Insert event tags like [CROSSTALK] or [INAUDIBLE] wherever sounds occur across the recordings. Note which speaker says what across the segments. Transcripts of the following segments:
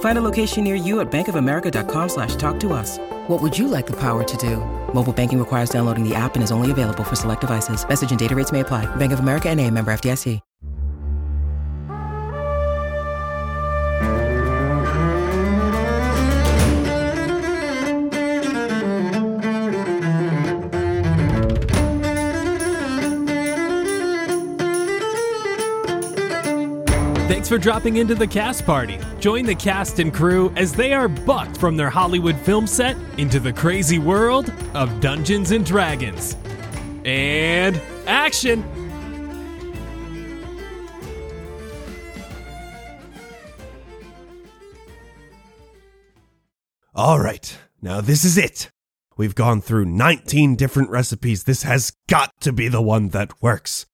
Speaker 1: Find a location near you at bankofamerica.com slash talk to us. What would you like the power to do? Mobile banking requires downloading the app and is only available for select devices. Message and data rates may apply. Bank of America and a member FDIC.
Speaker 2: Thanks for dropping into the cast party. Join the cast and crew as they are bucked from their Hollywood film set into the crazy world of Dungeons and Dragons. And action!
Speaker 3: All right, now this is it. We've gone through 19 different recipes. This has got to be the one that works.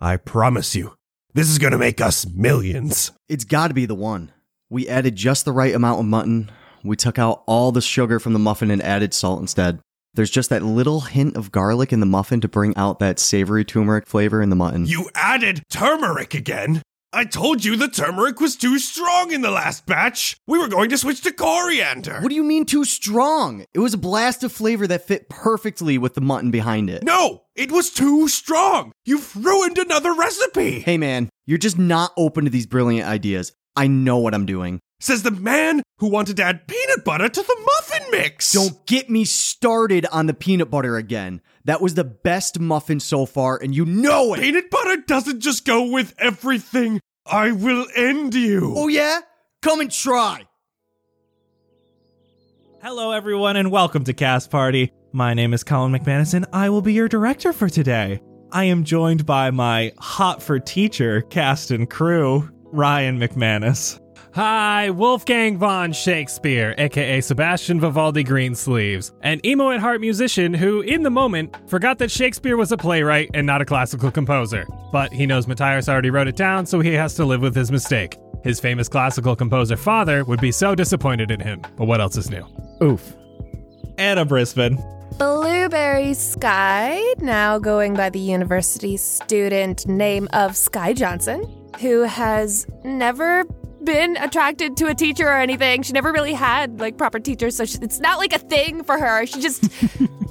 Speaker 3: I promise you, this is going to make us millions.
Speaker 4: It's got to be the one. We added just the right amount of mutton. We took out all the sugar from the muffin and added salt instead. There's just that little hint of garlic in the muffin to bring out that savory turmeric flavor in the mutton.
Speaker 3: You added turmeric again? I told you the turmeric was too strong in the last batch. We were going to switch to coriander.
Speaker 4: what do you mean too strong? It was a blast of flavor that fit perfectly with the mutton behind it.
Speaker 3: No, it was too strong. You've ruined another recipe.
Speaker 4: Hey man, you're just not open to these brilliant ideas. I know what I'm doing.
Speaker 3: Says the man who wanted to add peanut butter to the muffin mix.
Speaker 4: Don't get me started on the peanut butter again. That was the best muffin so far, and you know it.
Speaker 3: Peanut butter doesn't just go with everything. I will end you.
Speaker 4: Oh, yeah? Come and try.
Speaker 5: Hello, everyone, and welcome to Cast Party. My name is Colin McManus, and I will be your director for today. I am joined by my hot for teacher cast and crew, Ryan McManus.
Speaker 2: Hi, Wolfgang von Shakespeare, aka Sebastian Vivaldi Greensleeves, an emo at heart musician who, in the moment, forgot that Shakespeare was a playwright and not a classical composer. But he knows Matthias already wrote it down, so he has to live with his mistake. His famous classical composer father would be so disappointed in him. But what else is new?
Speaker 5: Oof. Anna Brisbane.
Speaker 6: Blueberry Sky, now going by the university student name of Sky Johnson, who has never been attracted to a teacher or anything. She never really had like proper teachers, so she, it's not like a thing for her. She just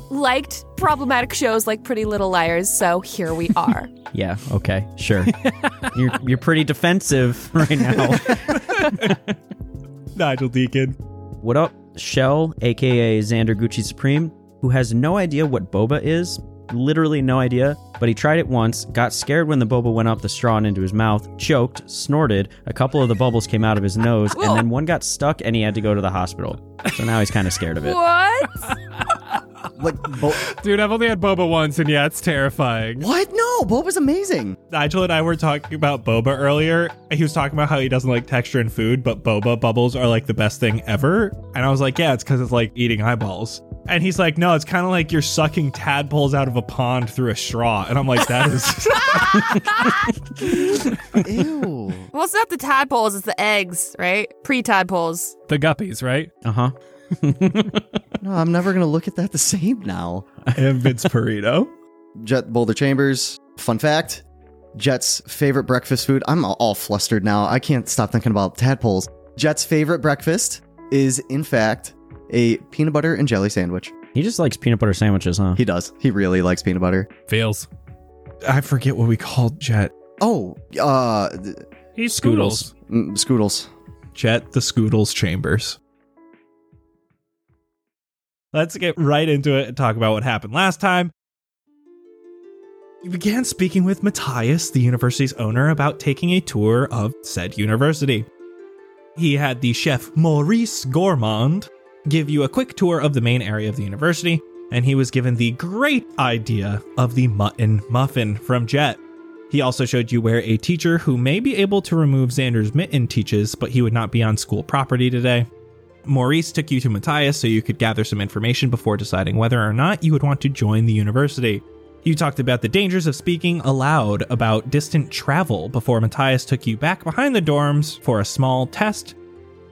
Speaker 6: liked problematic shows like Pretty Little Liars, so here we are.
Speaker 7: Yeah, okay, sure. [LAUGHS] you're, you're pretty defensive [LAUGHS] right now.
Speaker 5: Nigel Deacon.
Speaker 7: what up? Shell, aka Xander Gucci Supreme, who has no idea what boba is. Literally no idea, but he tried it once, got scared when the boba went up the straw and into his mouth, choked, snorted, a couple of the bubbles came out of his nose, and then one got stuck and he had to go to the hospital. So now he's kind of scared of
Speaker 6: [LAUGHS]
Speaker 7: it.
Speaker 6: what?
Speaker 4: Like, bo-
Speaker 2: Dude, I've only had boba once, and yeah, it's terrifying.
Speaker 4: what? No, Boba's amazing.
Speaker 5: Nigel and I were talking about boba earlier. He was talking about how he doesn't like texture in food, but boba bubbles are like the best thing ever. And I was like, yeah, it's because it's like eating eyeballs. And he's like, no, it's kind of like you're sucking tadpoles out of a pond through a straw. And I'm like, that is. [LAUGHS]
Speaker 4: Ew.
Speaker 6: Well, it's not the tadpoles, it's the eggs, right? Pre tadpoles.
Speaker 2: The guppies, right?
Speaker 7: Uh huh.
Speaker 4: No, I'm never going to look at that the same now.
Speaker 5: and Vince Perito.
Speaker 4: Jet Boulder Chambers, fun fact Jet's favorite breakfast food. I'm all flustered now. I can't stop thinking about tadpoles. Jet's favorite breakfast is, in fact, a peanut butter and jelly sandwich.
Speaker 7: He just likes peanut butter sandwiches, huh?
Speaker 4: He does. He really likes peanut butter.
Speaker 2: Feels.
Speaker 5: I forget what we called Jet.
Speaker 4: Oh, uh, th-
Speaker 2: He's
Speaker 7: Scoodles.
Speaker 4: mm, Scoodles.
Speaker 5: Jet the Scoodles Chambers. Let's get right into it and talk about what happened last time. We began speaking with Matthias, the university's owner, about taking a tour of said university. He had the chef Maurice Gourmand give you a quick tour of the main area of the university, and he was given the great idea of the mutton muffin from Jet. He also showed you where a teacher who may be able to remove Xander's mitten teaches, but he would not be on school property today. Maurice took you to Matthias so you could gather some information before deciding whether or not you would want to join the university. You talked about the dangers of speaking aloud about distant travel before Matthias took you back behind the dorms for a small test.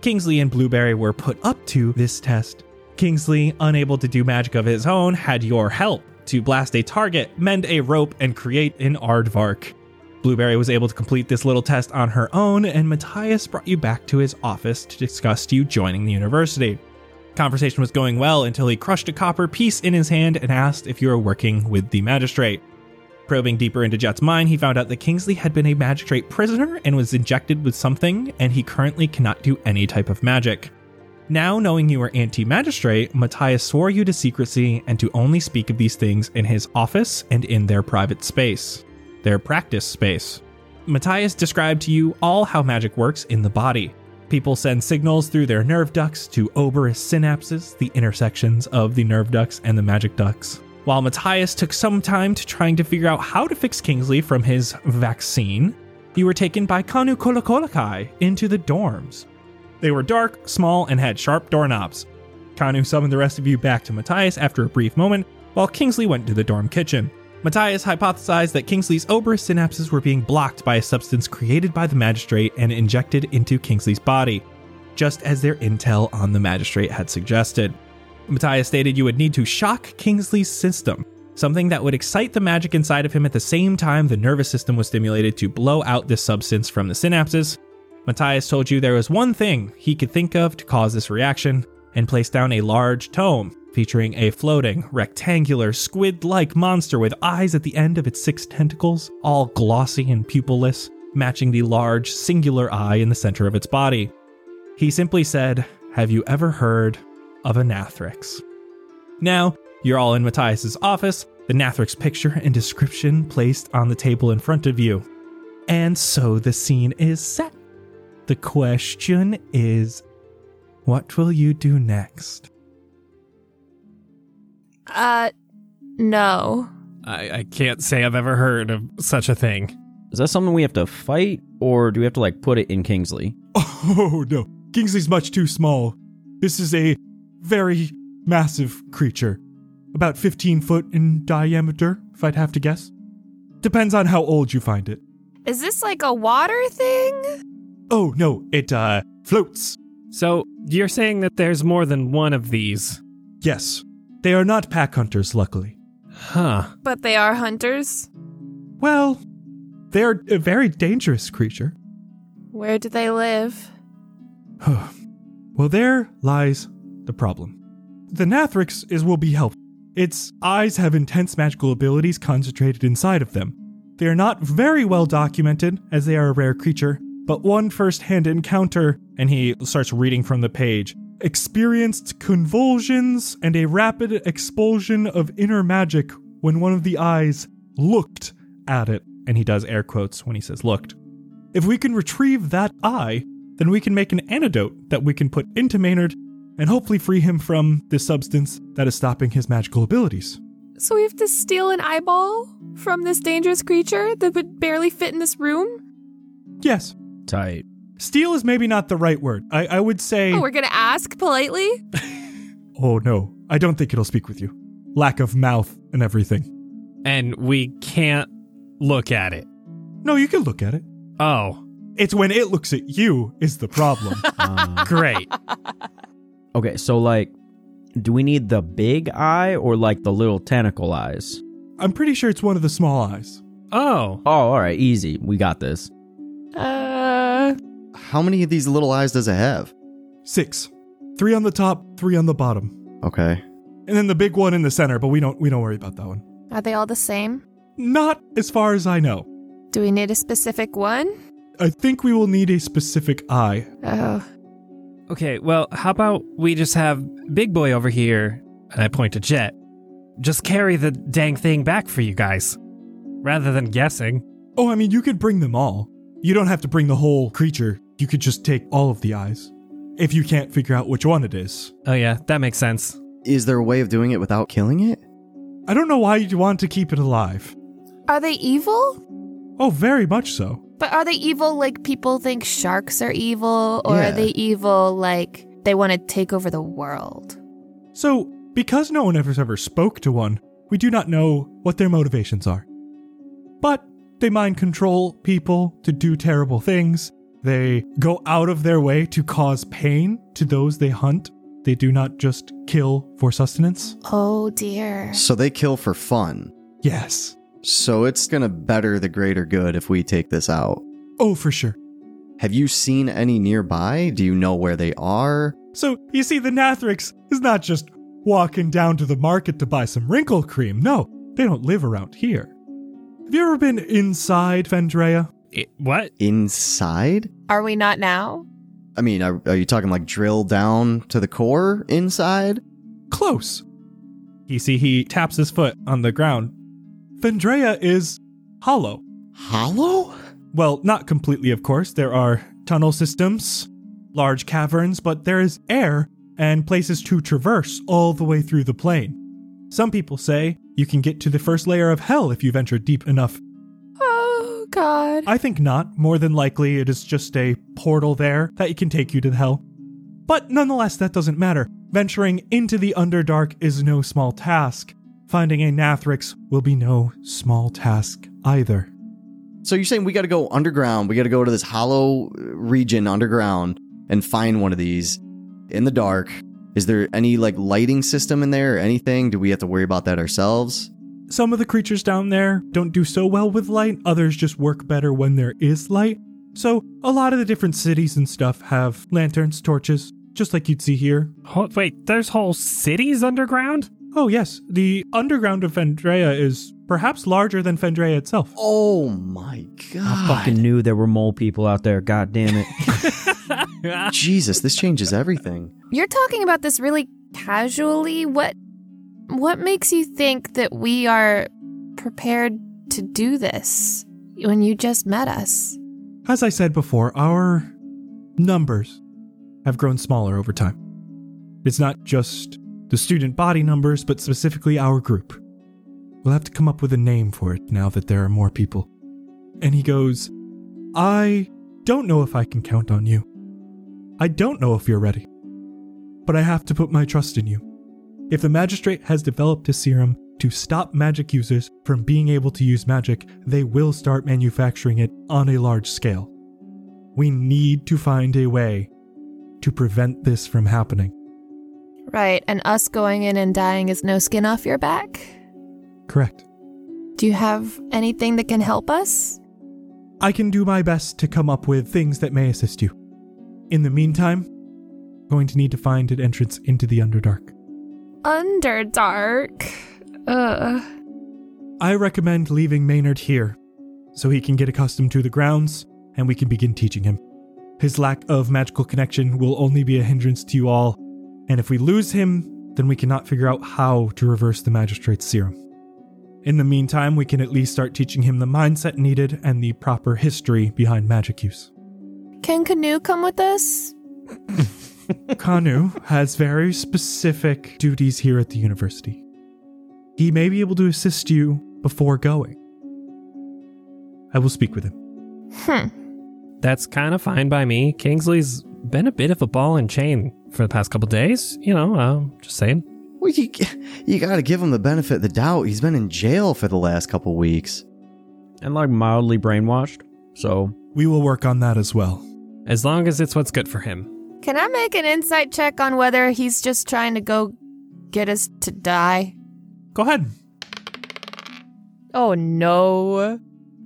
Speaker 5: Kingsley and Blueberry were put up to this test. Kingsley, unable to do magic of his own, had your help to blast a target, mend a rope, and create an aardvark. Blueberry was able to complete this little test on her own, and Matthias brought you back to his office to discuss you joining the university. Conversation was going well until he crushed a copper piece in his hand and asked if you were working with the magistrate. Probing deeper into Jet's mind, he found out that Kingsley had been a magistrate prisoner and was injected with something, and he currently cannot do any type of magic. Now, knowing you were anti magistrate, Matthias swore you to secrecy and to only speak of these things in his office and in their private space, their practice space. Matthias described to you all how magic works in the body. People send signals through their nerve ducts to Oberus synapses, the intersections of the nerve ducts and the magic ducts. While Matthias took some time to trying to figure out how to fix Kingsley from his vaccine, you were taken by Kanu Kolokolokai into the dorms. They were dark, small, and had sharp doorknobs. Kanu summoned the rest of you back to Matthias after a brief moment, while Kingsley went to the dorm kitchen. Matthias hypothesized that Kingsley's Oberus synapses were being blocked by a substance created by the magistrate and injected into Kingsley's body, just as their intel on the magistrate had suggested. Matthias stated you would need to shock Kingsley's system, something that would excite the magic inside of him at the same time the nervous system was stimulated to blow out this substance from the synapses, Matthias told you there was one thing he could think of to cause this reaction and placed down a large tome featuring a floating, rectangular, squid like monster with eyes at the end of its six tentacles, all glossy and pupilless, matching the large, singular eye in the center of its body. He simply said, Have you ever heard of anathrix? Now, you're all in Matthias's office, the Nathrix picture and description placed on the table in front of you. And so the scene is set. The question is what will you do next?
Speaker 6: Uh, no.
Speaker 2: I, I can't say I've ever heard of such a thing.
Speaker 7: Is that something we have to fight, or do we have to like put it in Kingsley?
Speaker 5: [LAUGHS] Oh no, Kingsley's much too small. This is a very massive creature, about 15 foot in diameter, if I'd have to guess. Depends on how old you find it.
Speaker 6: Is this like a water thing?
Speaker 5: Oh no, it uh, floats.
Speaker 2: So, you're saying that there's more than one of these?
Speaker 5: Yes, they are not pack hunters, luckily.
Speaker 2: Huh.
Speaker 6: But they are hunters.
Speaker 5: Well, they are a very dangerous creature.
Speaker 6: Where do they live?
Speaker 5: Well, there lies the problem. The Nathrix is will be helpful. Its eyes have intense magical abilities concentrated inside of them. They are not very well documented, as they are a rare creature, but one first hand encounter, and he starts reading from the page, experienced convulsions and a rapid expulsion of inner magic when one of the eyes looked at it. And he does air quotes when he says looked. If we can retrieve that eye, then we can make an antidote that we can put into Maynard and hopefully free him from this substance that is stopping his magical abilities.
Speaker 6: So we have to steal an eyeball from this dangerous creature that would barely fit in this room?
Speaker 5: Yes,
Speaker 7: Tight.
Speaker 5: steal is maybe not the right word. I, I would say,
Speaker 6: Oh, we're gonna ask politely?
Speaker 5: oh no, I don't think it'll speak with you. Lack of mouth and everything.
Speaker 2: And we can't look at it.
Speaker 5: No, you can look at it.
Speaker 2: Oh,
Speaker 5: It's when it looks at you is the
Speaker 6: [LAUGHS]
Speaker 5: problem.
Speaker 7: Uh,
Speaker 2: great.
Speaker 7: okay, so like, do we need the big eye or like the little tentacle eyes?
Speaker 5: I'm pretty sure it's one of the small eyes.
Speaker 2: oh,
Speaker 7: Oh, all right, easy. We got this.
Speaker 6: Uh,
Speaker 4: How many of these little eyes does it have?
Speaker 5: Six, three on the top, three on the bottom,
Speaker 4: Okay.
Speaker 5: and then the big one in the center. But we don't we don't worry about that one.
Speaker 6: are they all the same?
Speaker 5: Not as far as I know.
Speaker 6: Do we need a specific one?
Speaker 5: I think we will need a specific eye.
Speaker 6: Oh,
Speaker 2: Okay, well, how about we just have Big Boy over here, and I point to Jet, just carry the dang thing back for you guys, rather than guessing.
Speaker 5: Oh, I mean, you could bring them all. You don't have to bring the whole creature. You could just take all of the eyes. If you can't figure out which one it is.
Speaker 2: Oh, yeah, that makes sense.
Speaker 4: Is there a way of doing it without killing it?
Speaker 5: I don't know why you'd want to keep it alive.
Speaker 6: are they evil?
Speaker 5: Oh, very much so.
Speaker 6: But are they evil like people think sharks are evil, or
Speaker 4: Yeah.
Speaker 6: are they evil like they want to take over the world?
Speaker 5: So, because no one ever ever spoke to one, We do not know what their motivations are. But they mind control people to do terrible things. They go out of their way to cause pain to those they hunt. They do not just kill for sustenance.
Speaker 6: Oh dear.
Speaker 4: So they kill for fun.
Speaker 5: Yes.
Speaker 4: So it's going to better the greater good if we take this out.
Speaker 5: Oh, for sure.
Speaker 4: Have you seen any nearby? Do you know where they are?
Speaker 5: So you see, the Nathrix is not just walking down to the market to buy some wrinkle cream. No, they don't live around here. Have you ever been inside Vendrea?
Speaker 2: It, what?
Speaker 4: Inside?
Speaker 6: Are we not now?
Speaker 4: I mean, are, are you talking like drill down to the core inside?
Speaker 5: Close. You see, he taps his foot on the ground. Vendrea is hollow.
Speaker 4: Hollow?
Speaker 5: Well, not completely, of course. There are tunnel systems, large caverns, but there is air and places to traverse all the way through the plain. Some people say you can get to the first layer of hell if you venture deep enough.
Speaker 6: Oh god.
Speaker 5: I think not. More than likely, it is just a portal there that it can take you to hell. But nonetheless, that doesn't matter. Venturing into the Underdark is no small task. Finding a Nathrix will be no small task either.
Speaker 4: So you're saying we got to go underground. We got to go to this hollow uh, region underground and find one of these in the dark. Is there any like lighting system in there or anything? Do we have to worry about that ourselves?
Speaker 5: Some of the creatures down there don't do so well with light, others just work better when there is light. So, a lot of the different cities and stuff have lanterns, torches, just like you'd see here.
Speaker 2: Ho- wait, there's whole cities underground?
Speaker 5: Oh, yes, the underground of Fendrea is perhaps larger than Fendrea itself.
Speaker 4: Oh my
Speaker 7: I
Speaker 4: god.
Speaker 7: fucking knew there were mole people out there. God damn it.
Speaker 4: Jesus, this changes everything.
Speaker 6: You're talking about this really casually. What what makes you think that we are prepared to do this when you just met us?
Speaker 5: As I said before, our numbers have grown smaller over time. It's not just the student body numbers, but specifically our group. We'll have to come up with a name for it now that there are more people. And he goes, I don't know if I can count on you. I don't know if you're ready. But I have to put my trust in you. If the magistrate has developed a serum to stop magic users from being able to use magic, they will start manufacturing it on a large scale. We need to find a way to prevent this from happening.
Speaker 6: Right, and us going in and dying is no skin off your back?
Speaker 5: Correct.
Speaker 6: Do you have anything that can help us?
Speaker 5: I can do my best to come up with things that may assist you. In the meantime, going to need to find an entrance into the Underdark.
Speaker 6: Underdark. Ugh.
Speaker 5: I recommend leaving Maynard here so he can get accustomed to the grounds and we can begin teaching him. His lack of magical connection will only be a hindrance to you all, and if we lose him, then we cannot figure out how to reverse the magistrate's serum. In the meantime, we can at least start teaching him the mindset needed and the proper history behind magic use.
Speaker 6: Can Canoe come with us?
Speaker 5: Kanu has very specific duties here at the university. He may be able to assist you before going. I will speak with him.
Speaker 6: Hmm.
Speaker 2: That's kind of fine by me. Kingsley's been a bit of a ball and chain for the past couple days. You know, uh, just saying.
Speaker 4: Well, you, you got to give him the benefit of the doubt. He's been in jail for the last couple weeks.
Speaker 7: and like mildly brainwashed. So
Speaker 5: We will work on that as well.
Speaker 2: As long as it's what's good for him. [LAUGHS]
Speaker 6: Can I make an insight check on whether he's just trying to go get us to die?
Speaker 5: Go ahead.
Speaker 6: Oh no.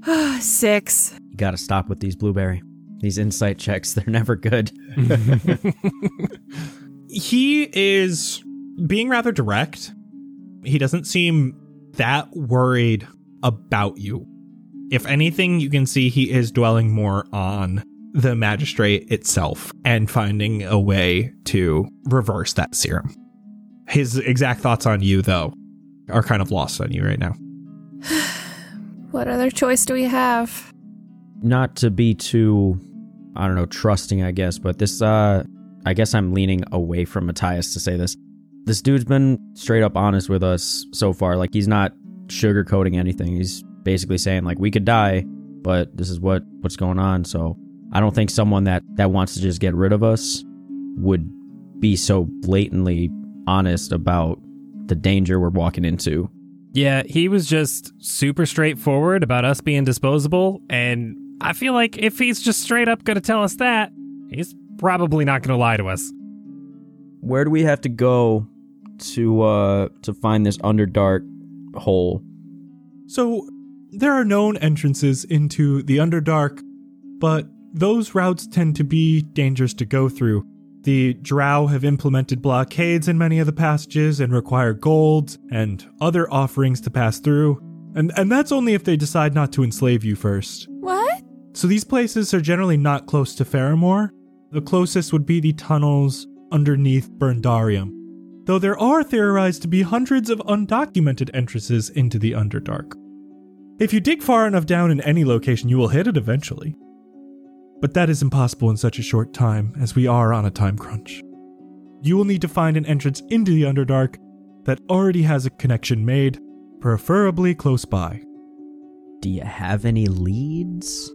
Speaker 6: [SIGHS] Six.
Speaker 7: you got to stop with these blueberry. These insight checks, [LAUGHS] they're never good.
Speaker 5: He is being rather direct. He doesn't seem that worried about you. If anything, you can see he is dwelling more on the magistrate itself and finding a way to reverse that serum. His exact thoughts on you, though, are kind of lost on you right now.
Speaker 6: What other choice do we have?
Speaker 7: Not to be too, I don't know, trusting, I guess, but this, uh, I guess I'm leaning away from Matthias to say this. This dude's been straight up honest with us so far. Like, he's not sugarcoating anything. He's basically saying, like, we could die, but this is what what's going on. So I don't think someone that, that wants to just get rid of us would be so blatantly honest about the danger we're walking into.
Speaker 2: Yeah, he was just super straightforward about us being disposable, and I feel like if he's just straight up gonna tell us that, he's probably not gonna lie to us.
Speaker 7: Where do we have to go to uh to find this underdark hole?
Speaker 5: So, there are known entrances into the Underdark, but those routes tend to be dangerous to go through. The Drow have implemented blockades in many of the passages and require gold and other offerings to pass through, and, and that's only if they decide not to enslave you first.
Speaker 6: What?
Speaker 5: So these places are generally not close to Faramore. The closest would be the tunnels underneath Burndarium, though there are theorized to be hundreds of undocumented entrances into the Underdark. If you dig far enough down in any location, you will hit it eventually. But that is impossible in such a short time, as we are on a time crunch. You will need to find an entrance into the Underdark that already has a connection made, preferably close by.
Speaker 7: Do you have any leads?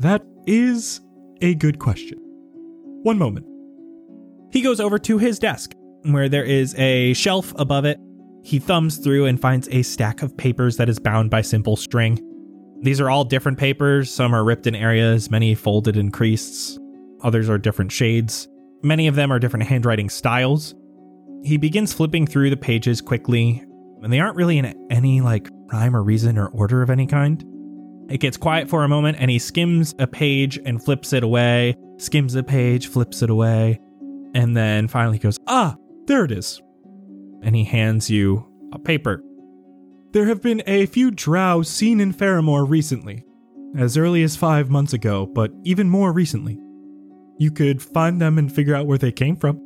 Speaker 5: That is a good question. One moment. He goes over to his desk, where there is a shelf above it. He thumbs through and finds a stack of papers that is bound by simple string. These are all different papers. Some are ripped in areas, many folded in creases, others are different shades. Many of them are different handwriting styles. He begins flipping through the pages quickly, and they aren't really in any like rhyme or reason or order of any kind. It gets quiet for a moment and he skims a page and flips it away, skims a page, flips it away, and then finally goes, Ah, there it is. And he hands you a paper. There have been a few drow seen in Faramore recently, as early as five months ago, but even more recently. You could find them and figure out where they came from.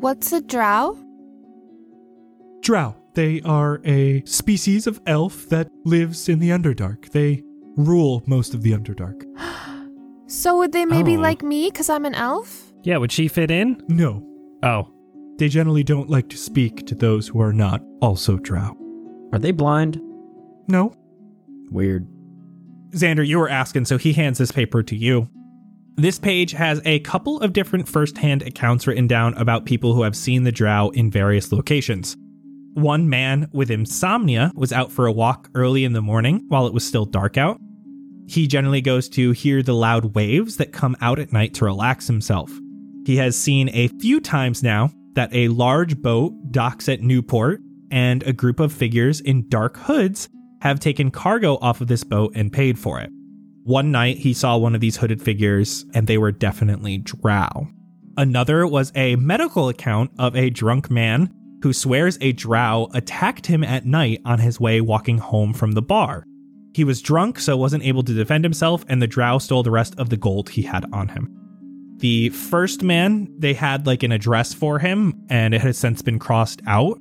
Speaker 6: What's a drow?
Speaker 5: Drow. They are a species of elf that lives in the Underdark. They rule most of the Underdark.
Speaker 6: So would they maybe
Speaker 2: Oh.
Speaker 6: like me because I'm an elf?
Speaker 2: Yeah, would she fit in?
Speaker 5: No,
Speaker 2: Oh,
Speaker 5: They generally don't like to speak to those who are not also drow.
Speaker 7: Are they blind?
Speaker 5: No.
Speaker 7: Weird.
Speaker 5: Xander, you were asking, so he hands this paper to you. This page has a couple of different first-hand accounts written down about people who have seen the drow in various locations. One man with insomnia was out for a walk early in the morning while it was still dark out. He generally goes to hear the loud waves that come out at night to relax himself. He has seen a few times now that a large boat docks at Newport and a group of figures in dark hoods have taken cargo off of this boat and paid for it. One night he saw one of these hooded figures and they were definitely drow. Another was a medical account of a drunk man who swears a drow attacked him at night on his way walking home from the bar. He was drunk, so wasn't able to defend himself, and the drow stole the rest of the gold he had on him. The first man, they had like an address for him, and it has since been crossed out.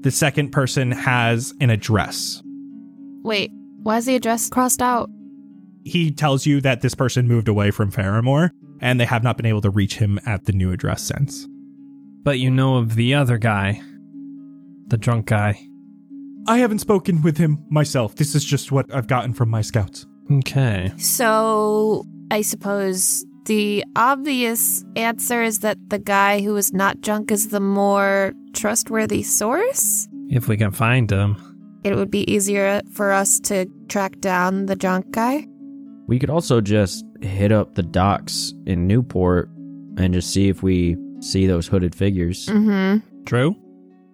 Speaker 5: The second person has an address.
Speaker 6: Wait, why is the address crossed out?
Speaker 5: He tells you that this person moved away from Faramore, and they have not been able to reach him at the new address since.
Speaker 2: but you know of the other guy. The drunk guy.
Speaker 5: I haven't spoken with him myself. This is just what I've gotten from my scouts.
Speaker 2: Okay.
Speaker 6: So I suppose the obvious answer is that the guy who is not drunk is the more trustworthy source.
Speaker 2: If we can find him.
Speaker 6: It would be easier for us to track down the drunk guy.
Speaker 7: We could also just hit up the docks in Newport and just see if we see those hooded figures.
Speaker 6: Mm-hmm.
Speaker 2: True?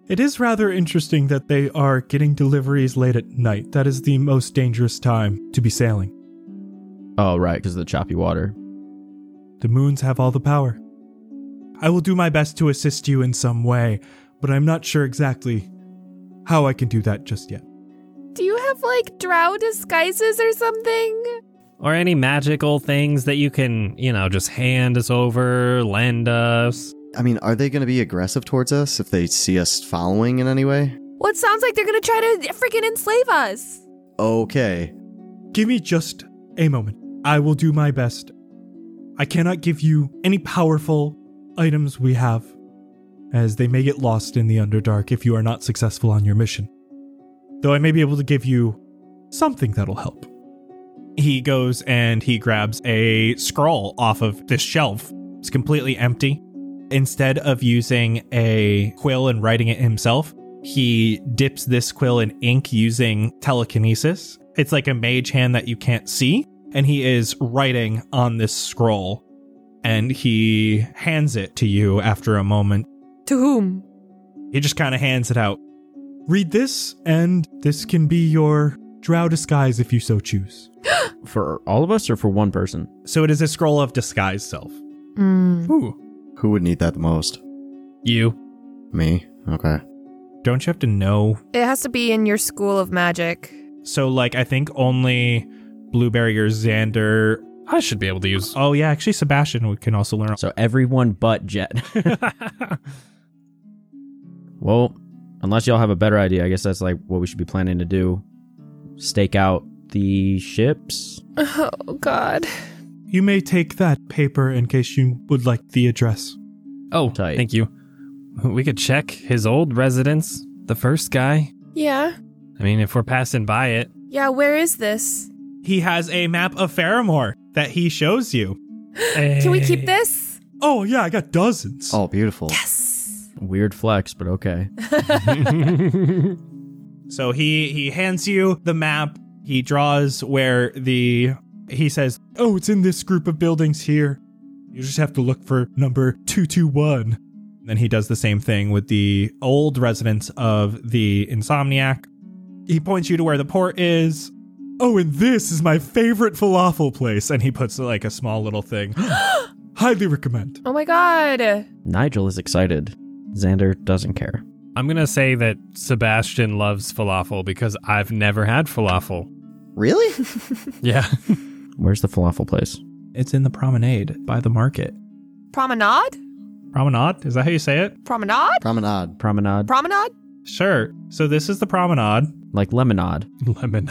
Speaker 5: It is rather interesting that they are getting deliveries late at night. That is the most dangerous time to be sailing.
Speaker 7: Oh, right, because of the choppy water.
Speaker 5: The moons have all the power. I will do my best to assist you in some way, but I'm not sure exactly how I can do that just yet.
Speaker 6: Do you have like drow disguises or something?
Speaker 2: Or any magical things that you can, you know, just hand us over, lend us.
Speaker 4: I mean, are they going to be aggressive towards us if they see us following in any way?
Speaker 6: Well, it sounds like they're gonna try to freaking enslave us.
Speaker 4: Okay.
Speaker 5: Give me just a moment. I will do my best. I cannot give you any powerful items we have, as they may get lost in the Underdark if you are not successful on your mission. Though I may be able to give you something that'll help. He goes and he grabs a scroll off of this shelf. It's completely empty. Instead of using a quill and writing it himself, He dips this quill in ink using telekinesis. It's like a mage hand that you can't see. And he is writing on this scroll. And he hands it to you after a moment.
Speaker 6: To whom?
Speaker 5: He just kind of hands it out. Read this, and this can be your drow disguise if you so choose.
Speaker 7: For all of us or for one person?
Speaker 5: So it is a scroll of disguise self.
Speaker 6: Mm.
Speaker 5: Ooh.
Speaker 4: Who would need that the most?
Speaker 5: You.
Speaker 4: Me. Okay.
Speaker 5: Don't you have to know?
Speaker 6: It has to be in your school of magic.
Speaker 5: So, like, I think only Blueberry or Xander.
Speaker 2: I should be able to use.
Speaker 5: Oh, yeah, actually, Sebastian would- can also
Speaker 2: Oh.
Speaker 5: learn.
Speaker 7: So everyone
Speaker 2: [LAUGHS]
Speaker 7: but Jet. well, unless y'all have a better idea, I guess that's like what we should be planning to do. Stake out the ships.
Speaker 6: Oh, God.
Speaker 5: You may take that paper in case you would like the address.
Speaker 2: Oh,
Speaker 7: Tight.
Speaker 2: thank you. We could check his old residence, the first guy.
Speaker 6: Yeah.
Speaker 2: I mean, if we're passing by it,
Speaker 6: Yeah, where is this?
Speaker 5: He has a map of Faramore that he shows you.
Speaker 6: Can we
Speaker 2: Eh.
Speaker 6: keep this?
Speaker 5: Oh, yeah, I got dozens.
Speaker 4: Oh, beautiful.
Speaker 6: Yes. [LAUGHS]
Speaker 7: Weird flex,
Speaker 2: [LAUGHS]
Speaker 7: but okay. [LAUGHS]
Speaker 5: So he he hands you the map. He draws where the he says, "Oh, it's in this group of buildings here. You just have to look for number 221." Then he does the same thing with the old residence of the insomniac. He points you to where the port is. Oh, and this is my favorite falafel place. And he puts like a small little [GASPS] thing. Highly recommend.
Speaker 6: Oh, my God.
Speaker 7: Nigel is excited. Xander doesn't care.
Speaker 2: I'm gonna say that Sebastian loves falafel because I've never had falafel.
Speaker 4: Really?
Speaker 2: Yeah.
Speaker 7: Where's the falafel place?
Speaker 5: It's in the promenade by the market.
Speaker 6: Promenade?
Speaker 5: Promenade? Is that how you say it?
Speaker 6: Promenade?
Speaker 4: Promenade.
Speaker 7: Promenade?
Speaker 6: Promenade?
Speaker 5: Sure. So this is the promenade.
Speaker 2: [LAUGHS]
Speaker 7: like lemonade. [LAUGHS]
Speaker 2: Lemonade.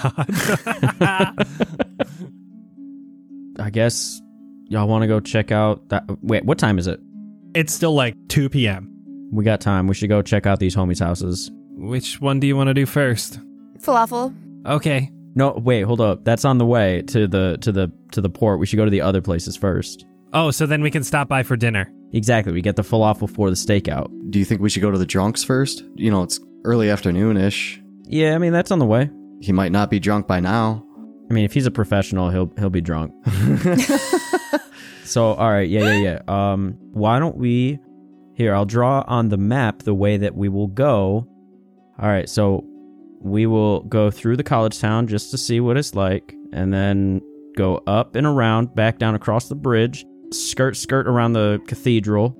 Speaker 7: I guess y'all want to go check out that. Wait, what time is it?
Speaker 5: [LAUGHS] It's still like 2 p.m.
Speaker 7: We got time. We should go check out these homies' houses.
Speaker 2: Which one do you want to do first?
Speaker 6: Falafel?
Speaker 2: Okay.
Speaker 7: No, wait, hold up. That's on the way to the to the to the port. We should go to the other places first.
Speaker 2: Oh, so then we can stop by for dinner.
Speaker 7: Exactly. We get the falafel for the stakeout.
Speaker 4: Do you think we should go to the drunks first? You know, it's early afternoon ish.
Speaker 7: Yeah, I mean that's on the way.
Speaker 4: He might not be drunk by now.
Speaker 7: I mean, if he's a professional, he'll he'll be drunk. [LAUGHS] so, all right, yeah, yeah, yeah. Um, why don't we? Here, I'll draw on the map the way that we will go. All right, so we will go through the college town just to see what it's like, and then go up and around, back down across the bridge, skirt skirt around the cathedral,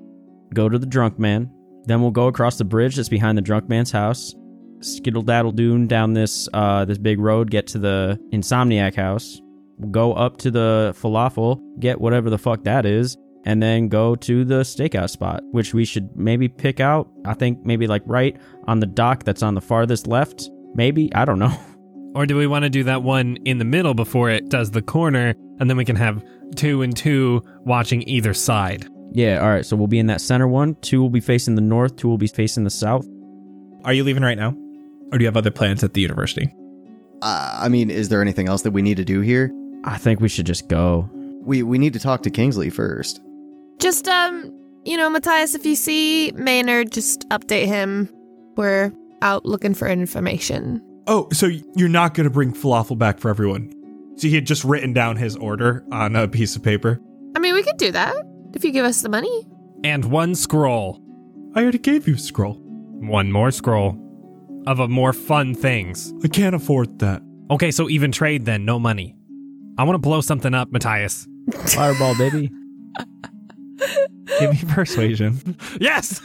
Speaker 7: go to the drunk man. Then we'll go across the bridge that's behind the drunk man's house, skittle daddle doon down this uh, this big road, get to the insomniac house, go up to the falafel, get whatever the fuck that is, and then go to the stakeout spot, which we should maybe pick out. I think maybe like right on the dock that's on the farthest left. Maybe I don't know. [LAUGHS]
Speaker 2: Or do we want to do that one in the middle before it does the corner, and then we can have two and two watching either side?
Speaker 7: yeah, all right. So we'll be in that center one. Two will be facing the north. Two will be facing the south.
Speaker 5: Are you leaving right now? Or do you have other plans at the university?
Speaker 4: Uh, I mean, is there anything else that we need to do here?
Speaker 7: I think we should just go.
Speaker 4: We we need to talk to Kingsley first.
Speaker 6: Just, um, you know, Matthias, if you see Maynard, just update him. We're out looking for information.
Speaker 5: Oh, so you're not going to bring falafel back for everyone. So he had just written down his order on a piece of paper.
Speaker 6: I mean, we could do that if you give us the money.
Speaker 2: And one scroll.
Speaker 5: I already gave you a scroll.
Speaker 2: One more scroll of a more fun things.
Speaker 5: I can't afford that.
Speaker 2: Okay, so even trade then, no money. I want to blow something up, Matthias.
Speaker 7: Fireball, baby.
Speaker 5: Give me persuasion.
Speaker 2: [LAUGHS] Yes!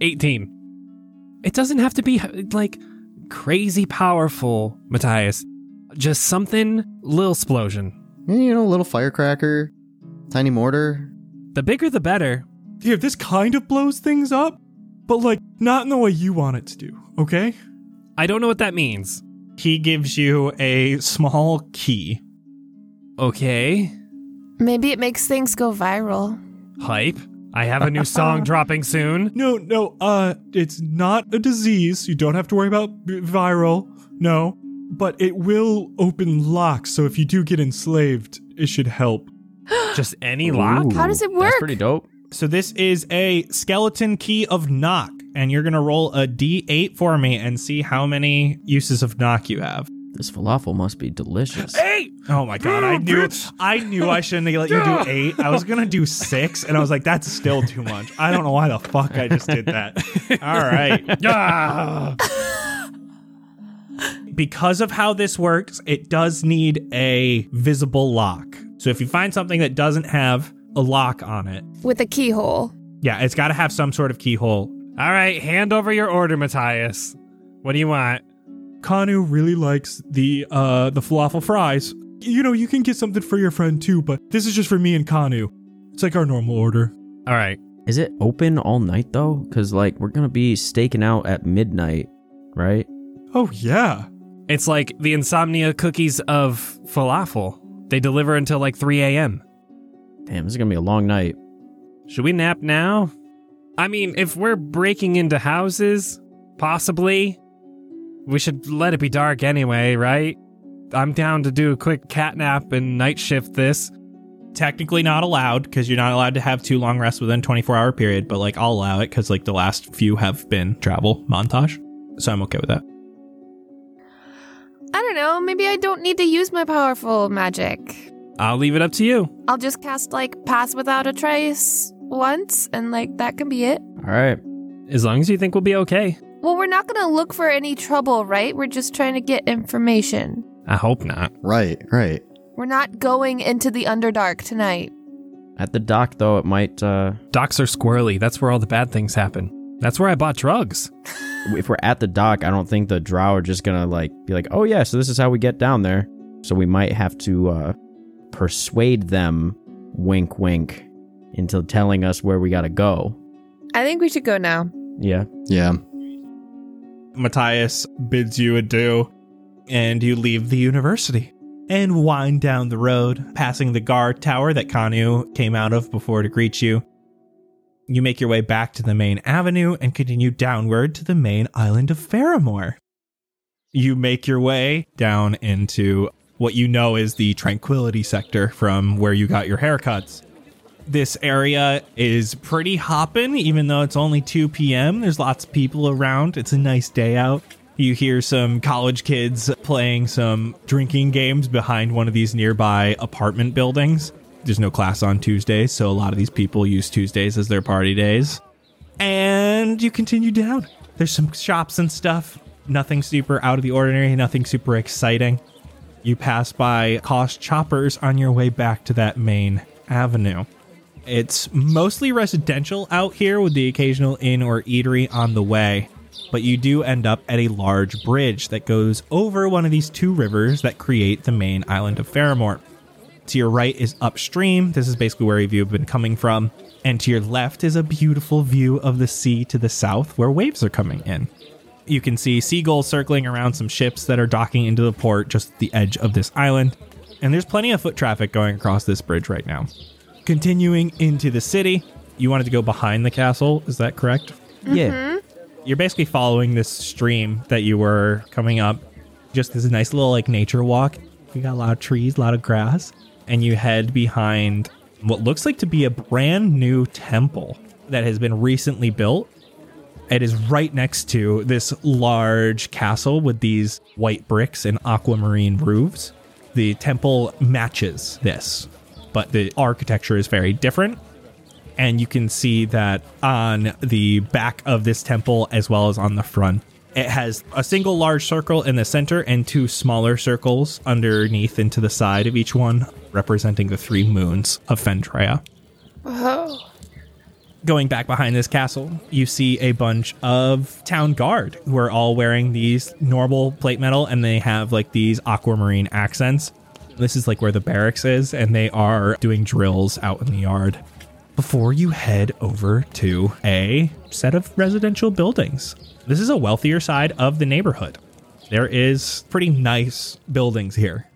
Speaker 2: 18. It doesn't have to be like crazy powerful, Matthias. Just something, little explosion.
Speaker 4: Eh, You know, a little firecracker, tiny mortar.
Speaker 2: The bigger the better.
Speaker 5: Here, this kind of blows things up, but like not in the way you want it to do, okay?
Speaker 2: I don't know what that means.
Speaker 5: He gives you a small key.
Speaker 2: Okay.
Speaker 6: Maybe it makes things go viral.
Speaker 2: Hype. I have a new song dropping soon.
Speaker 5: No, no, uh, it's not a disease. You don't have to worry about b- viral. No. But it will open locks, so if you do get enslaved, it should help.
Speaker 2: Just any lock?
Speaker 6: How does it work?
Speaker 7: That's pretty dope.
Speaker 5: So this is a skeleton key of knock, and you're gonna roll a d8 for me and see how many uses of knock you have.
Speaker 7: This falafel must be delicious.
Speaker 5: Eight! Oh my god, I knew I knew I shouldn't have let you do eight. I was gonna do six, and I was like, that's still too much. I don't know why the fuck I just did that. All right. Ah. Because of how this works, it does need a visible lock. So if you find something that doesn't have a lock on it,
Speaker 6: with a keyhole.
Speaker 5: yeah, it's got to have some sort of keyhole.
Speaker 2: All right, hand over your order, Matthias. What do you want?
Speaker 5: Kanu really likes the uh the falafel fries. You know, you can get something for your friend too, but this is just for me and Kanu. It's like our normal order.
Speaker 2: All right.
Speaker 7: Is it open all night though? Because like we're gonna be staking out at midnight, right?
Speaker 5: Oh yeah.
Speaker 2: It's like the insomnia cookies of falafel. They deliver until like 3 a.m.
Speaker 7: Damn, this is gonna be a long night.
Speaker 2: Should we nap now? I mean, if we're breaking into houses, possibly, we should let it be dark anyway, right? I'm down to do a quick cat nap and night shift this.
Speaker 5: Technically not allowed because you're not allowed to have two long rests within 24 hour period, but like I'll allow it because like the last few have been travel montage, so I'm okay with that.
Speaker 6: I don't know, maybe I don't need to use my powerful magic.
Speaker 2: I'll leave it up to you.
Speaker 6: I'll just cast like pass without a trace once and like that can be it.
Speaker 7: All right.
Speaker 2: As long as you think we'll be okay.
Speaker 6: Well, we're not going to look for any trouble, right? We're just trying to get information.
Speaker 2: I hope not.
Speaker 4: Right, right.
Speaker 6: We're not going into the Underdark tonight.
Speaker 7: At the dock though, it might. uh
Speaker 2: Docks are squirrely. That's where all the bad things happen. That's where I bought drugs.
Speaker 7: If we're at the dock, I don't think the drow are just gonna like be like, oh yeah, so this is how we get down there. So we might have to uh persuade them, wink wink, into telling us where we gotta go.
Speaker 6: I think we should go now.
Speaker 7: Yeah.
Speaker 4: Yeah.
Speaker 5: Matthias bids you adieu, and you leave the university and wind down the road, passing the guard tower that Kanu came out of before to greet you. You make your way back to the main avenue and continue downward to the main island of Faramore. You make your way down into what you know is the tranquility sector from where you got your haircuts this area is pretty hopping, even though it's only 2 p.m. There's lots of people around. It's a nice day out. You hear some college kids playing some drinking games behind one of these nearby apartment buildings. There's no class on Tuesdays, so a lot of these people use Tuesdays as their party days. And you continue down. There's some shops and stuff. Nothing super out of the ordinary, nothing super exciting. You pass by Kosh Choppers on your way back to that main avenue. It's mostly residential out here with the occasional inn or eatery on the way, but you do end up at a large bridge that goes over one of these two rivers that create the main island of Faramore. To your right is upstream. This is basically where you've been coming from. And to your left is a beautiful view of the sea to the south where waves are coming in. You can see seagulls circling around some ships that are docking into the port just at the edge of this island. And there's plenty of foot traffic going across this bridge right now. Continuing into the city, you wanted to go behind the castle, is that correct?
Speaker 7: Yeah.
Speaker 5: You're basically following this stream that you were coming up. Just this nice little like nature walk. You got a lot of trees, a lot of grass, and you head behind what looks like to be a brand new temple that has been recently built. It is right next to this large castle with these white bricks and aquamarine roofs. The temple matches this, but the architecture is very different. And you can see that on the back of this temple, as well as on the front, it has a single large circle in the center and two smaller circles underneath and to the side of each one, representing the three moons of Fendrea
Speaker 6: Oh.
Speaker 5: going back behind this castle, you see a bunch of town guard who are all wearing these normal plate metal and they have like these aquamarine accents. This is like where the barracks is, and they are doing drills out in the yard. Before you head over to a set of residential buildings, this is a wealthier side of the neighborhood. There is pretty nice buildings here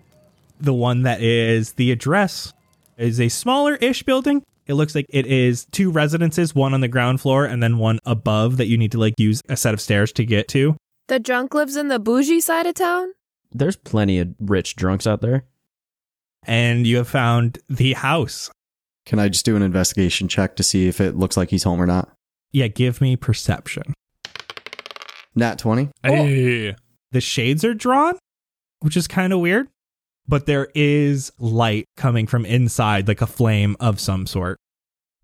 Speaker 5: the one that is the address is a smaller ish building. It looks like it is two residences, one on the ground floor and then one above that you need to like use a set of stairs to get to.
Speaker 6: The drunk lives in the bougie side of town?
Speaker 7: There's plenty of rich drunks out there.
Speaker 5: And you have found the house.
Speaker 4: Can I just do an investigation check to see if it looks like he's home or not?
Speaker 5: Yeah, give me perception.
Speaker 4: Nat 20.
Speaker 2: Hey.
Speaker 5: The shades are drawn, which is kind of weird, but there is light coming from inside, like a flame of some sort.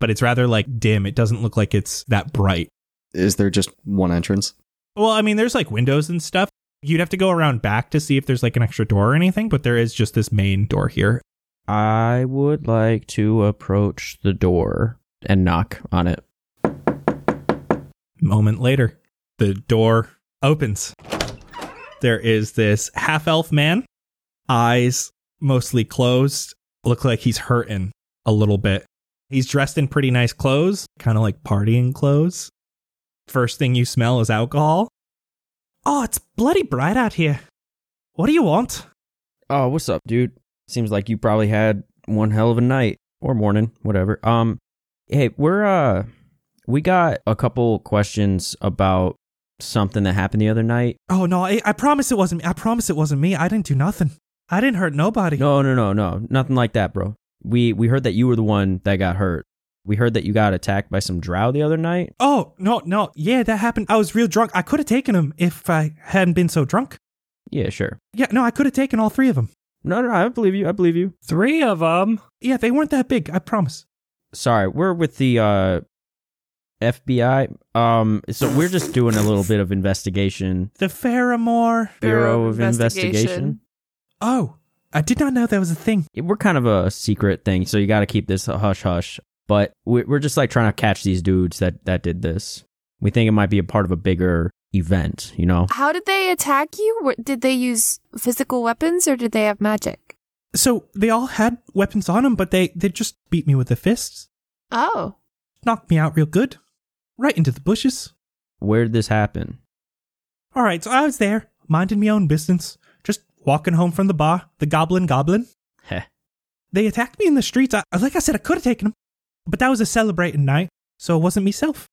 Speaker 5: But it's rather like dim. It doesn't look like it's that bright.
Speaker 4: Is there just one entrance?
Speaker 5: Well, I mean, there's like windows and stuff. You'd have to go around back to see if there's like an extra door or anything, but there is just this main door here.
Speaker 7: I would like to approach the door and knock on it.
Speaker 5: Moment later, the door opens. There is this half elf man, eyes mostly closed, look like he's hurting a little bit. He's dressed in pretty nice clothes, kind of like partying clothes. First thing you smell is alcohol. Oh, it's bloody bright out here. What do you want?
Speaker 7: Oh, what's up, dude? Seems like you probably had one hell of a night or morning, whatever. Um hey, we're uh we got a couple questions about something that happened the other night.
Speaker 5: Oh no, I, I promise it wasn't me. I promise it wasn't me. I didn't do nothing. I didn't hurt nobody.
Speaker 7: No, no, no, no. Nothing like that, bro. We we heard that you were the one that got hurt. We heard that you got attacked by some drow the other night.
Speaker 5: Oh no, no, yeah, that happened. I was real drunk. I could have taken him if I hadn't been so drunk.
Speaker 7: Yeah, sure.
Speaker 5: Yeah, no, I could have taken all three of them.
Speaker 7: No, no, I believe you. I believe you.
Speaker 2: Three of them.
Speaker 5: Yeah, they weren't that big. I promise.
Speaker 7: Sorry, we're with the uh FBI. Um so we're just doing a little bit of investigation.
Speaker 5: The Faramore.
Speaker 7: Bureau of Investigation.
Speaker 5: Oh, I did not know that was a thing.
Speaker 7: We're kind of a secret thing, so you got to keep this a hush hush. But we- we're just like trying to catch these dudes that that did this. We think it might be a part of a bigger event, you know.
Speaker 6: How did they attack you? Were- Did they use physical weapons or did they have magic?
Speaker 5: So they all had weapons on them, but they they just beat me with the fists,
Speaker 6: Oh,
Speaker 5: knocked me out real good, right into the bushes.
Speaker 7: Where did this happen?
Speaker 5: All right, so I was there, minding my own business, just walking home from the bar. The goblin, goblin.
Speaker 7: Heh.
Speaker 5: They attacked me in the streets. I, like I said, I could have taken them, but that was a celebrating night, so it wasn't myself.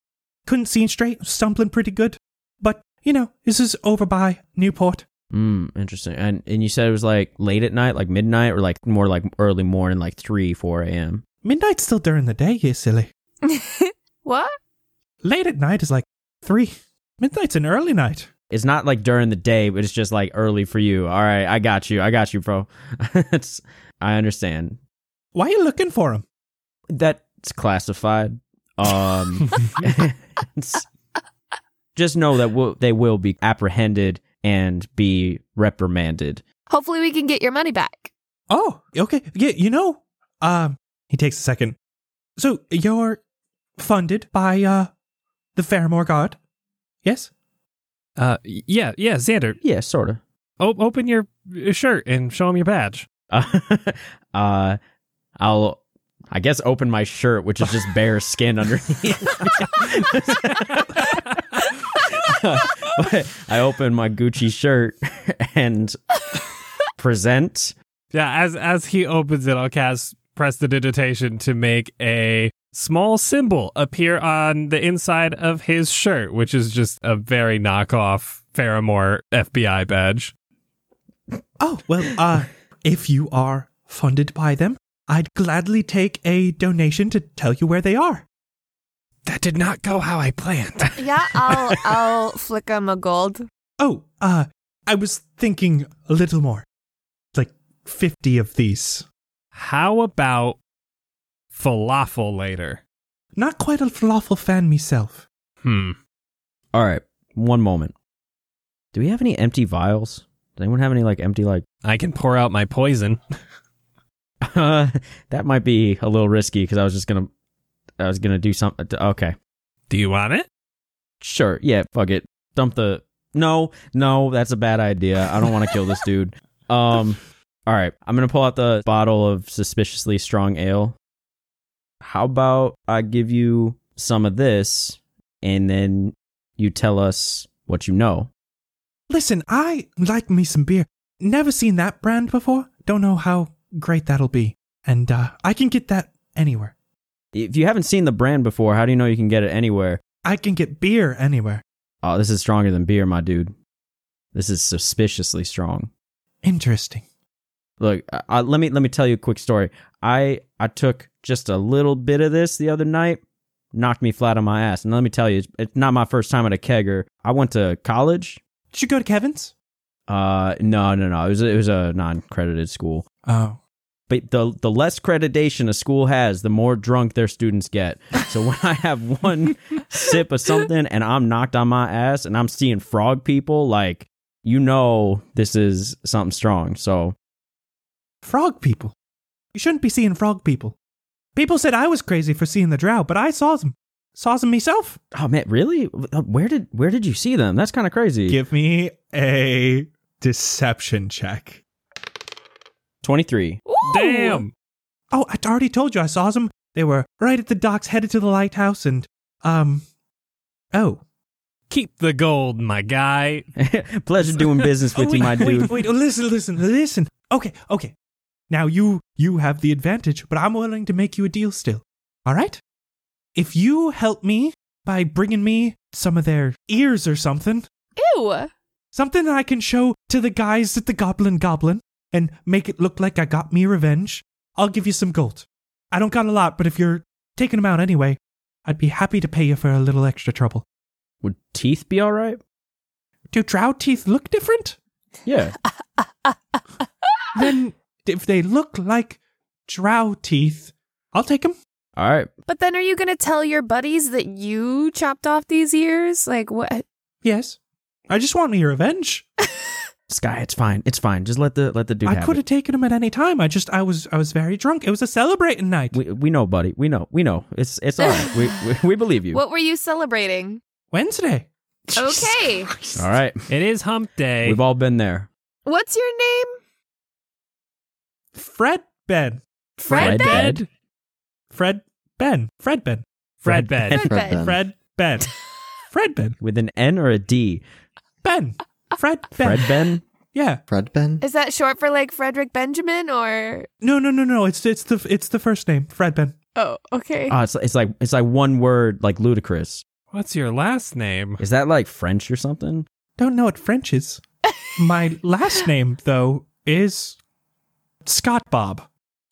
Speaker 5: Couldn't see straight, stumbling pretty good. But you know, this is over by Newport.
Speaker 7: Mm, interesting. And and you said it was like late at night, like midnight, or like more like early morning, like three, four a.m.
Speaker 5: Midnight's still during the day, you silly.
Speaker 6: what?
Speaker 5: Late at night is like three. Midnight's an early night.
Speaker 7: It's not like during the day, but it's just like early for you. All right, I got you. I got you, bro. [LAUGHS] it's, I understand.
Speaker 5: Why are you looking for him?
Speaker 7: That's classified. Um, it's- just know that we'll, they will be apprehended and be reprimanded.
Speaker 6: Hopefully, we can get your money back.
Speaker 5: Oh, okay. Yeah, you know, um, he takes a second. So you're funded by uh the Faramore God, yes?
Speaker 2: Uh, y- yeah, yeah, Xander,
Speaker 7: Yeah, sort of.
Speaker 2: o- open your uh, shirt and show him your badge.
Speaker 7: Uh, [LAUGHS] uh, I'll, I guess, open my shirt, which is just bare skin underneath. [LAUGHS] But I open my Gucci shirt and present.
Speaker 2: Yeah, as as he opens it, I'll cast prestidigitation to make a small symbol appear on the inside of his shirt, which is just a very knockoff Faramore FBI badge.
Speaker 5: Oh, well, uh if you are funded by them, I'd gladly take a donation to tell you where they are.
Speaker 2: That did not go how I planned.
Speaker 6: Yeah, I'll I'll flick him a gold.
Speaker 5: Oh, uh I was thinking a little more. Like 50 of these.
Speaker 2: [LAUGHS] How about falafel later?
Speaker 5: Not quite a falafel fan myself.
Speaker 2: Hmm.
Speaker 7: All right, one moment. Do we have any empty vials? Does anyone have any like empty like? [LAUGHS]
Speaker 2: I can pour out my poison.
Speaker 7: that might be a little risky because I was just gonna, I was gonna do something. Okay,
Speaker 2: Do you want it?
Speaker 7: sure, yeah, fuck it, dump the. No, no, that's a bad idea. I don't want to kill this dude. Um, all right, I'm gonna pull out the bottle of suspiciously strong ale. How about I give you some of this, and then you tell us what you know.
Speaker 5: Listen, I like me some beer. Never seen that brand before. Don't know how great that'll be. And uh, I can get that anywhere.
Speaker 7: If you haven't seen the brand before, how do you know you can get it anywhere?
Speaker 5: I can get beer anywhere.
Speaker 7: Oh, this is stronger than beer, my dude. This is suspiciously strong.
Speaker 5: Interesting.
Speaker 7: Look, I, I- let me let me tell you a quick story. I I took Just a little bit of this the other night knocked me flat on my ass. And let me tell you, it's- it's not my first time at a kegger. I went to college.
Speaker 5: Did you go to Kevin's?
Speaker 7: Uh, no, no, no. It was it was a non-credited school.
Speaker 5: Oh.
Speaker 7: but the the less accreditation a school has, the more drunk their students get. So when I have one sip of something and I'm knocked on my ass and I'm seeing frog people, like you know this is something strong. So
Speaker 5: Frog people. You shouldn't be seeing frog people. People said I was crazy for seeing the drow, but I saw them. Saw them myself.
Speaker 7: oh man, really? Where did where did you see them? That's kind of crazy.
Speaker 5: Give me a deception check.
Speaker 7: Twenty three.
Speaker 6: Ooh.
Speaker 2: Damn.
Speaker 5: Oh, I already told you I saw them. They were right at the docks headed to the lighthouse and um Oh.
Speaker 2: Keep the gold, my guy.
Speaker 7: [LAUGHS] Pleasure doing business with
Speaker 5: oh,
Speaker 7: you,
Speaker 5: wait, [LAUGHS]
Speaker 7: my
Speaker 5: wait,
Speaker 7: dude.
Speaker 5: Wait, listen, listen, listen. Okay, okay. Now you you have the advantage, but I'm willing to make you a deal still. All right? If you help me by bringing me some of their ears or something,
Speaker 6: Ew.
Speaker 5: something that I can show to the guys at the Goblin Goblin and make it look like I got me revenge, I'll give you some gold. I don't got a lot, but if you're taking them out anyway, I'd be happy to pay you for a little extra trouble.
Speaker 7: Would teeth be all right?
Speaker 5: Do drow teeth look different?
Speaker 7: Yeah.
Speaker 5: then if they look like drow teeth, I'll take them.
Speaker 7: All right.
Speaker 6: But then are you going to tell your buddies that you chopped off these ears? Like, what?
Speaker 5: Yes. I just want me revenge.
Speaker 7: Sky, it's fine. It's fine. Just let the let the dude.
Speaker 5: I
Speaker 7: have
Speaker 5: could
Speaker 7: it.
Speaker 5: have taken them at any time. I just I was I was very drunk. It was a celebrating night.
Speaker 7: We, we know, buddy. We know. We know. It's it's all right. we, we we believe you.
Speaker 6: What were you celebrating?
Speaker 5: Wednesday.
Speaker 6: Okay.
Speaker 7: All right.
Speaker 2: It is hump day.
Speaker 7: We've all been there.
Speaker 6: What's your name?
Speaker 5: Fred Ben.
Speaker 6: Fred
Speaker 7: Bed?
Speaker 5: Fred Ben. Fred Ben.
Speaker 2: [LAUGHS] Fred bed.
Speaker 4: Fred
Speaker 6: Fred bed.
Speaker 4: Ben.
Speaker 5: Fred Ben. Fred Ben.
Speaker 7: [LAUGHS] With an N or a D?
Speaker 5: Ben. Fred Ben.
Speaker 7: Fred Ben?
Speaker 5: Yeah.
Speaker 4: Fred Ben?
Speaker 6: Is that short for like Frederick Benjamin or?
Speaker 5: No, no, no, no. It's it's the it's the first name. Fred Ben.
Speaker 6: Oh, okay.
Speaker 7: Oh, it's, it's like it's like one word, like ludicrous.
Speaker 2: What's your last name?
Speaker 7: Is that like French or something?
Speaker 5: Don't know what French is. My last name though is Scott Bob.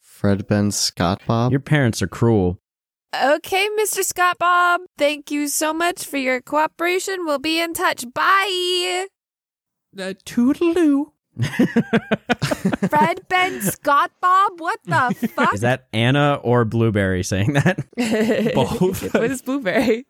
Speaker 4: Fred Ben Scott Bob? [LAUGHS]
Speaker 7: [LAUGHS] Your parents are cruel.
Speaker 6: okay, Mr. Scott Bob. Thank you so much for your cooperation. We'll be in touch. Bye.
Speaker 5: Uh, toodaloo.
Speaker 6: Fred Ben Scott Bob. What the fuck?
Speaker 7: [LAUGHS] Is that Anna or Blueberry saying that? [LAUGHS]
Speaker 5: Both.
Speaker 6: [LAUGHS] it was blueberry.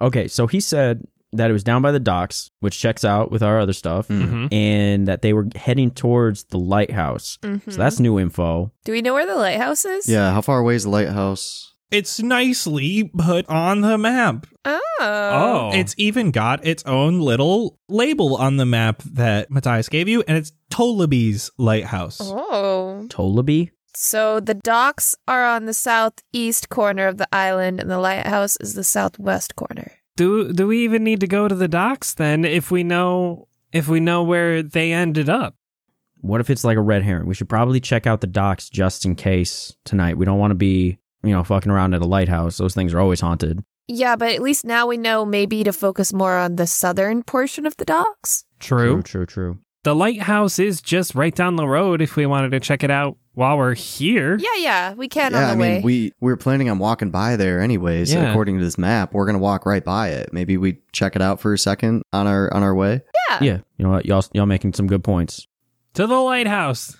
Speaker 7: Okay, so he said that it was down by the docks, which checks out with our other stuff,
Speaker 4: Hmm.
Speaker 2: Mhm.
Speaker 7: and that they were heading towards the lighthouse.
Speaker 6: Mhm.
Speaker 7: So that's new info.
Speaker 6: Do we know where the lighthouse is?
Speaker 4: yeah, how far away is the lighthouse?
Speaker 5: It's nicely put on the map.
Speaker 6: Oh.
Speaker 2: Oh,
Speaker 5: It's even got its own little label on the map that Matthias gave you, and it's Tolabe's Lighthouse.
Speaker 6: Oh.
Speaker 7: Toleby?
Speaker 6: So the docks are on the southeast corner of the island, and the lighthouse is the southwest corner.
Speaker 2: do do we even need to go to the docks then if we know if we know where they ended up?
Speaker 7: What if it's like a red herring? We should probably check out the docks just in case tonight. We don't want to be, you know, fucking around at a lighthouse. Those things are always haunted.
Speaker 6: Yeah, but at least now we know maybe to focus more on the southern portion of the docks.
Speaker 2: True.
Speaker 7: True, true.
Speaker 2: The lighthouse is just right down the road if we wanted to check it out while we're here.
Speaker 6: Yeah, yeah, we can
Speaker 4: yeah,
Speaker 6: on the
Speaker 4: I mean,
Speaker 6: way.
Speaker 4: we we were planning on walking by there anyways.
Speaker 2: Yeah.
Speaker 4: According to this map, we're gonna walk right by it. Maybe we check it out for a second on our on our way.
Speaker 6: yeah.
Speaker 7: Yeah. You know what? Y'all y'all making some good points.
Speaker 2: To the lighthouse.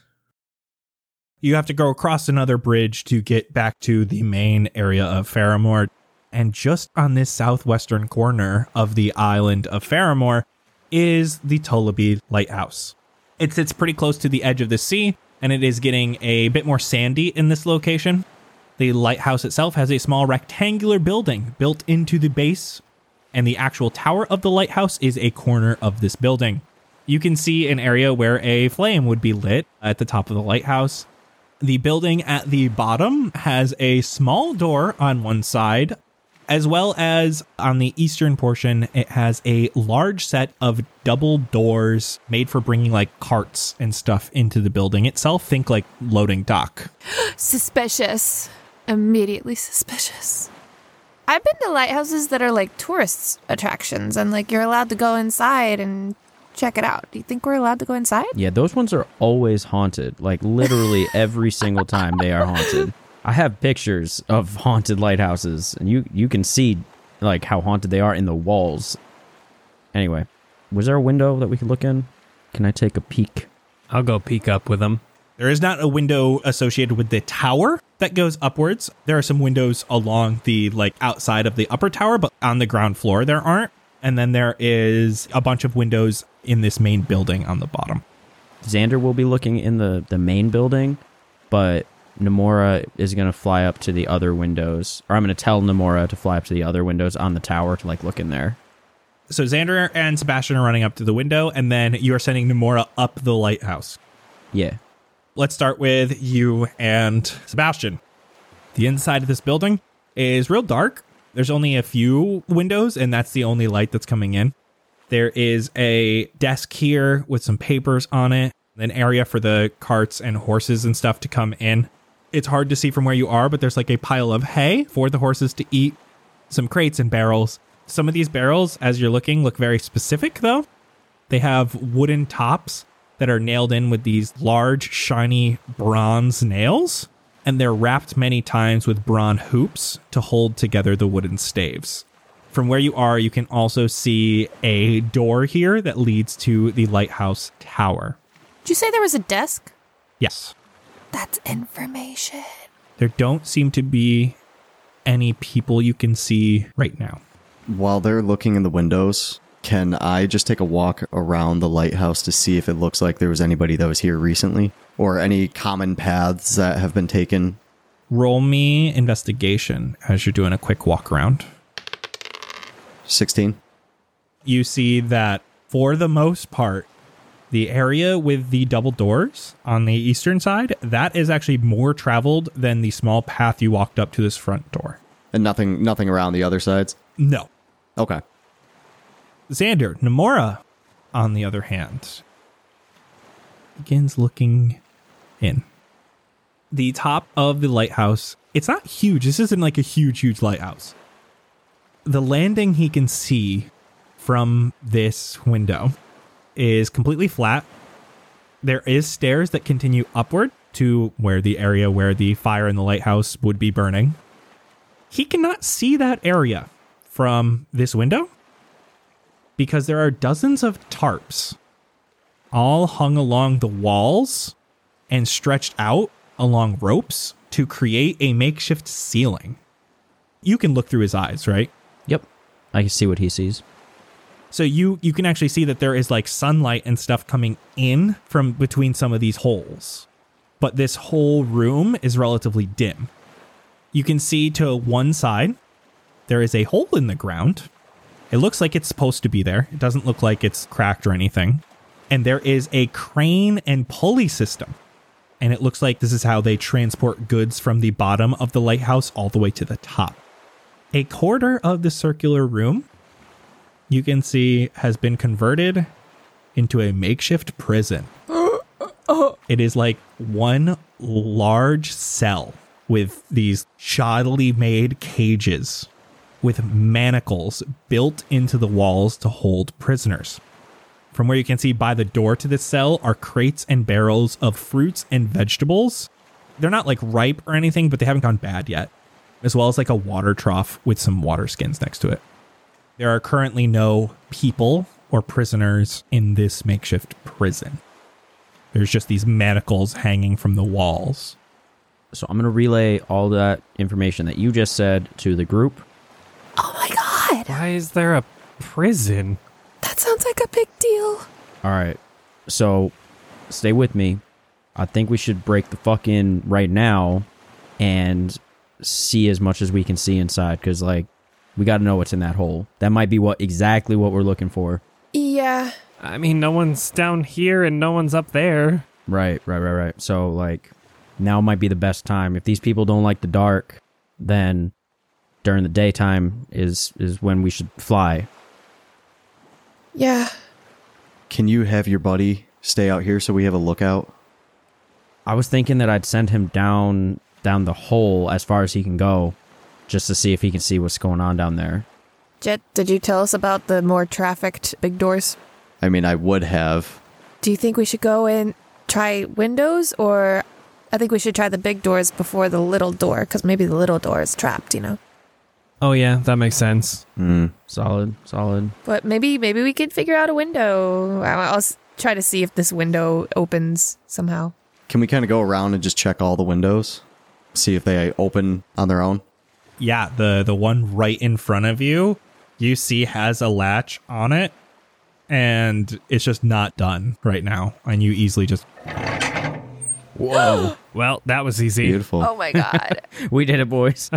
Speaker 5: You have to go across another bridge to get back to the main area of Faramore. And just on this southwestern corner of the island of Faramore is the Toleby Lighthouse. It sits pretty close to the edge of the sea, and it is getting a bit more sandy in this location. The lighthouse itself has a small rectangular building built into the base, and the actual tower of the lighthouse is a corner of this building. You can see an area where a flame would be lit at the top of the lighthouse. The building at the bottom has a small door on one side, as well as on the eastern portion, it has a large set of double doors made for bringing like carts and stuff into the building itself. Think like loading dock.
Speaker 6: Suspicious. Immediately suspicious. I've been to lighthouses that are like tourist attractions, and like you're allowed to go inside and check it out. Do you think we're allowed to go inside?
Speaker 7: Yeah, those ones are always haunted. Like literally every single time they are haunted. I have pictures of haunted lighthouses, and you you can see like how haunted they are in the walls. Anyway, was there a window that we could look in? Can I take a peek?
Speaker 2: I'll go peek up with him.
Speaker 5: There is not a window associated with the tower that goes upwards. There are some windows along the like outside of the upper tower, but on the ground floor there aren't. And then there is a bunch of windows in this main building on the bottom.
Speaker 7: Xander will be looking in the the main building, but Namora is gonna fly up to the other windows, or I'm gonna tell Namora to fly up to the other windows on the tower to like look in there.
Speaker 5: So Xander and Sebastian are running up to the window, and then you are sending Nomura up the lighthouse.
Speaker 7: Yeah,
Speaker 5: Let's start with you and Sebastian. The inside of this building is real dark. There's only a few windows, and that's the only light that's coming in. There is a desk here with some papers on it, an area for the carts and horses and stuff to come in. It's hard to see from where you are, but there's like a pile of hay for the horses to eat, some crates and barrels. Some of these barrels, as you're looking, look very specific though. They have wooden tops that are nailed in with these large, shiny bronze nails, and they're wrapped many times with bronze hoops to hold together the wooden staves. From where you are, you can also see a door here that leads to the lighthouse tower.
Speaker 6: Did you say there was a desk?
Speaker 5: Yes.
Speaker 6: That's information.
Speaker 5: There don't seem to be any people you can see right now.
Speaker 4: While they're looking in the windows, can I just take a walk around the lighthouse to see if it looks like there was anybody that was here recently or any common paths that have been taken?
Speaker 5: Roll me investigation as you're doing a quick walk around.
Speaker 4: 16.
Speaker 5: you see that for the most part, the area with the double doors on the eastern side, that is actually more traveled than the small path you walked up to this front door.
Speaker 4: And nothing nothing around the other sides.
Speaker 5: No.
Speaker 4: Okay.
Speaker 5: Xander, Namora, on the other hand, begins looking in. The top of the lighthouse, it's not huge. This isn't like a huge, huge lighthouse. The landing he can see from this window is completely flat. There is stairs that continue upward to where the area where the fire in the lighthouse would be burning. He cannot see that area from this window because there are dozens of tarps all hung along the walls and stretched out along ropes to create a makeshift ceiling. You can look through his eyes, right?
Speaker 7: Yep. I can see what he sees.
Speaker 5: So you you can actually see that there is like sunlight and stuff coming in from between some of these holes. But this whole room is relatively dim. You can see to one side there is a hole in the ground. It looks like it's supposed to be there. It doesn't look like it's cracked or anything. And there is a crane and pulley system. And it looks like this is how they transport goods from the bottom of the lighthouse all the way to the top. A quarter of the circular room you can see has been converted into a makeshift prison. It is like one large cell with these shoddily made cages with manacles built into the walls to hold prisoners. From where you can see by the door to this cell are crates and barrels of fruits and vegetables. They're not like ripe or anything, but they haven't gone bad yet, as well as like a water trough with some water skins next to it. There are currently no people or prisoners in this makeshift prison. There's just these manacles hanging from the walls.
Speaker 7: So I'm going to relay all that information that you just said to the group.
Speaker 6: Oh my god.
Speaker 2: Why is there a prison?
Speaker 6: That sounds like a big deal.
Speaker 7: All right. So stay with me. I think we should break the fuck in right now and see as much as we can see inside cuz like we got to know what's in that hole. That might be what exactly what we're looking for.
Speaker 6: Yeah.
Speaker 2: I mean, no one's down here and no one's up there.
Speaker 7: Right, right, right, right. So like now might be the best time. If these people don't like the dark, then during the daytime is is when we should fly.
Speaker 6: Yeah.
Speaker 4: Can you have your buddy stay out here so we have a lookout?
Speaker 7: I was thinking that I'd send him down down the hole as far as he can go, just to see if he can see what's going on down there.
Speaker 6: Jet, did you tell us about the more trafficked big doors?
Speaker 4: I mean, I would have.
Speaker 6: Do you think we should go and try windows or I think we should try the big doors before the little door cuz maybe the little door is trapped, you know.
Speaker 2: Oh yeah, that makes sense.
Speaker 7: Solid, solid.
Speaker 6: But maybe maybe we could figure out a window. I- I'll s- try to see if this window opens somehow.
Speaker 4: Can we kind of go around and just check all the windows? See if they open on their own?
Speaker 5: Yeah, the the one right in front of you, you see has a latch on it, and it's just not done right now. And you easily just
Speaker 4: Whoa.
Speaker 2: [GASPS] Well, that was easy.
Speaker 4: Beautiful.
Speaker 6: Oh my god.
Speaker 7: We did it, boys.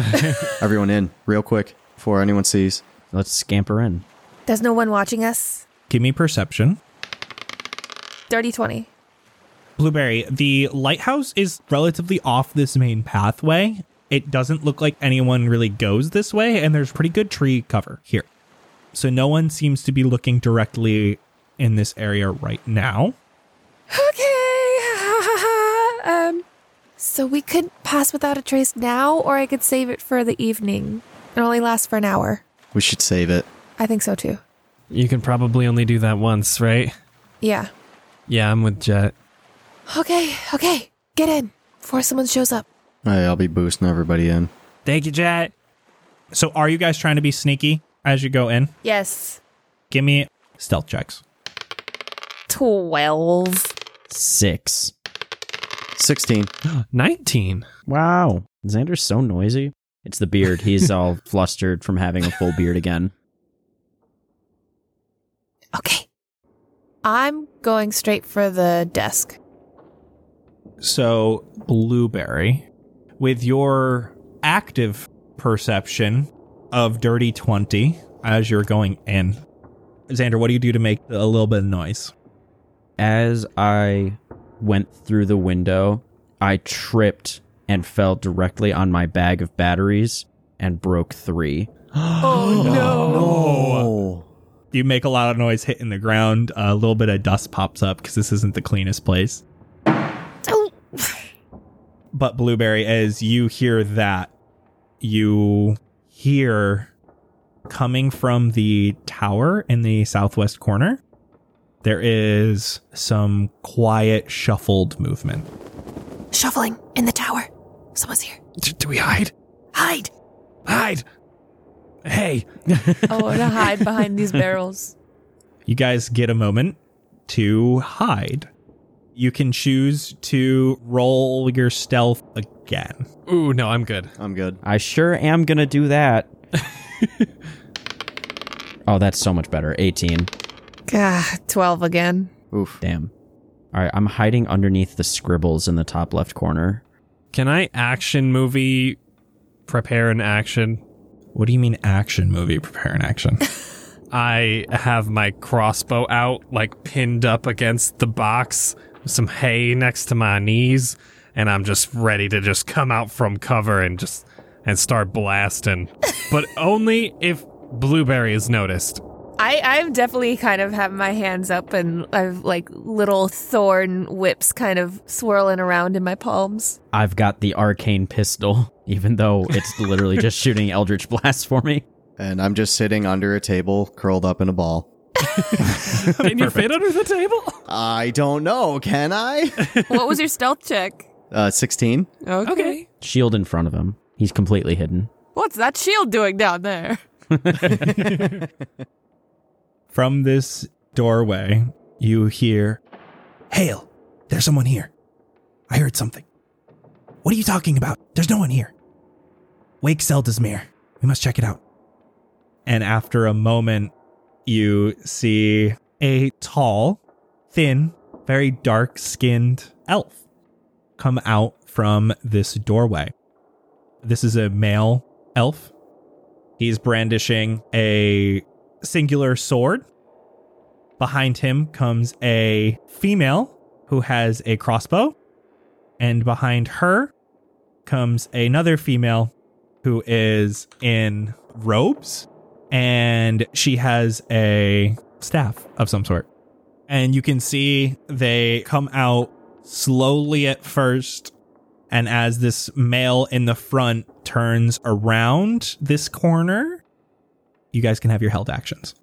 Speaker 7: [LAUGHS]
Speaker 4: Everyone in real quick before anyone sees.
Speaker 7: Let's scamper in.
Speaker 6: [LAUGHS] There's no one watching us.
Speaker 5: give me perception.
Speaker 6: Dirty 20.
Speaker 5: Blueberry, the lighthouse is relatively off this main pathway. It doesn't look like anyone really goes this way, and there's pretty good tree cover here. So no one seems to be looking directly in this area right now.
Speaker 6: Okay. [LAUGHS] um so we could pass without a trace now or I could save it for the evening. It only lasts for an hour.
Speaker 4: We should save it.
Speaker 6: I think so too.
Speaker 2: You can probably only do that once, right?
Speaker 6: Yeah.
Speaker 2: Yeah, I'm with Jet.
Speaker 6: Okay, okay. Get in before someone shows up.
Speaker 4: Hey, I'll be boosting everybody in.
Speaker 2: Thank you, [GASPS] Jet.
Speaker 5: So are you guys trying to be sneaky as you go in?
Speaker 6: Yes.
Speaker 5: Give me stealth checks.
Speaker 6: 12.
Speaker 7: Six.
Speaker 4: 16.
Speaker 2: 19.
Speaker 7: Wow. Xander's so noisy. It's the beard. [LAUGHS] He's all flustered from having a full beard again.
Speaker 6: Okay. I'm going straight for the desk.
Speaker 5: So, Blueberry, with your active perception of Dirty 20 as you're going in, Xander, what do you do to make a little bit of noise?
Speaker 7: As I went through the window, I tripped and fell directly on my bag of batteries and broke three.
Speaker 4: Oh.
Speaker 5: You make a lot of noise hitting the ground. a little bit of dust pops up because this isn't the cleanest place.
Speaker 6: Oh,
Speaker 5: But, Blueberry, as you hear that, you hear coming from the tower in the southwest corner, there is some quiet, shuffled movement.
Speaker 6: shuffling in the tower. Someone's here.
Speaker 2: D- do we hide?
Speaker 6: Hide.
Speaker 2: Hide. Hey,
Speaker 6: I want to hide behind these [LAUGHS] barrels.
Speaker 5: you guys get a moment to hide. You can choose to roll your stealth again.
Speaker 2: Ooh, no, I'm good.
Speaker 4: I'm good.
Speaker 7: I sure am going to do that. [LAUGHS] oh, that's so much better. 18.
Speaker 6: Gah, 12 again.
Speaker 4: Oof.
Speaker 7: Damn. All right, I'm hiding underneath the scribbles in the top left corner.
Speaker 2: Can I action movie prepare an action?
Speaker 5: What do you mean action movie? Prepare an action.
Speaker 2: I have my crossbow out, like pinned up against the box, with some hay next to my knees, and I'm just ready to just come out from cover and just and start blasting. but only if Blueberry is noticed.
Speaker 6: I, I'm definitely kind of have my hands up and I've like little thorn whips kind of swirling around in my palms.
Speaker 7: I've got the arcane pistol, [LAUGHS] even though it's literally just shooting eldritch blasts for me.
Speaker 4: And I'm just sitting under a table, curled up in a ball.
Speaker 2: Can you fit under the table?
Speaker 4: I don't know. Can I?
Speaker 6: [LAUGHS] what was your stealth check?
Speaker 4: Uh, 16.
Speaker 6: Okay.
Speaker 7: Shield in front of him. He's completely hidden.
Speaker 6: What's that shield doing down there?
Speaker 5: From this doorway, you hear Hail, there's someone here. I heard something. What are you talking about? There's no one here. Wake Zeldasmere. We must check it out. And after a moment, you see a tall, thin, very dark skinned elf come out from this doorway. This is a male elf. He's brandishing a singular sword. Behind him comes a female who has a crossbow. And behind her comes another female who is in robes and she has a staff of some sort. And you can see they come out slowly at first. And as this male in the front turns around this corner, you guys can have your held actions.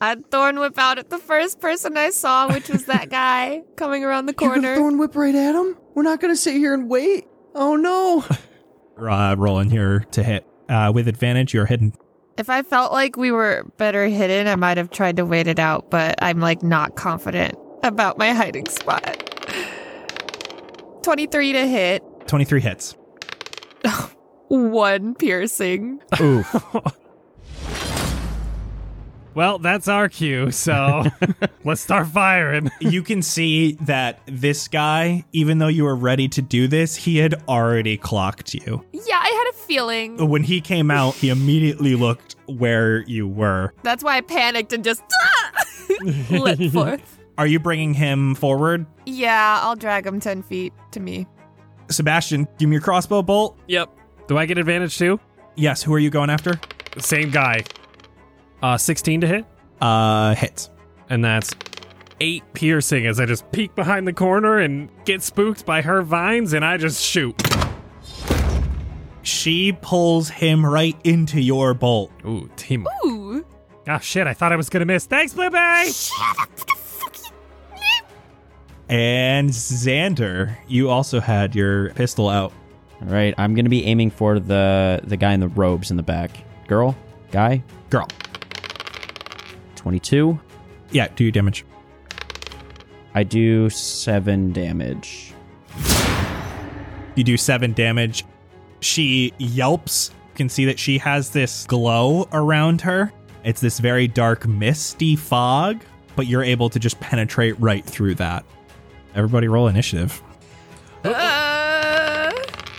Speaker 6: I thorn whip out at the first person I saw, which was that [LAUGHS] guy coming around the
Speaker 4: You're
Speaker 6: corner.
Speaker 4: gonna thorn whip right at him? We're not gonna sit here and wait. Oh no.
Speaker 5: Uh, rolling here to hit uh, with advantage. You're hidden.
Speaker 6: if I felt like we were better hidden, I might have tried to wait it out, but I'm like not confident about my hiding spot. [SIGHS] 23 to hit,
Speaker 5: 23 hits.
Speaker 6: one piercing.
Speaker 2: Well, that's our cue, so let's start firing.
Speaker 5: you can see that this guy, even though you were ready to do this, he had already clocked you.
Speaker 6: Yeah, I had a feeling.
Speaker 5: When he came out, he immediately looked where you were.
Speaker 6: That's why I panicked and just [LAUGHS] lit forth.
Speaker 5: Are you bringing him forward?
Speaker 6: Yeah, I'll drag him 10 feet to me.
Speaker 5: Sebastian, give me your crossbow bolt.
Speaker 2: Yep. Do I get advantage too?
Speaker 5: Yes, who are you going after?
Speaker 2: Same guy. Uh, 16 to hit,
Speaker 5: Uh, hits.
Speaker 2: and that's eight piercing as I just peek behind the corner and get spooked by her vines, and I just shoot.
Speaker 5: She pulls him right into your bolt.
Speaker 2: Ooh, team.
Speaker 6: Ooh.
Speaker 2: Ah, shit, I thought I was gonna miss. Thanks, Blueberry!
Speaker 5: And Xander, you also had your pistol out.
Speaker 7: All right, I'm gonna be aiming for the the guy in the robes in the back. Girl, guy,
Speaker 5: Girl.
Speaker 7: twenty-two.
Speaker 5: Yeah, do your damage.
Speaker 7: I do seven damage.
Speaker 5: You do seven damage. She yelps. You can see that she has this glow around her. It's this very dark, misty fog, but you're able to just penetrate right through that. Everybody roll initiative.
Speaker 6: Uh,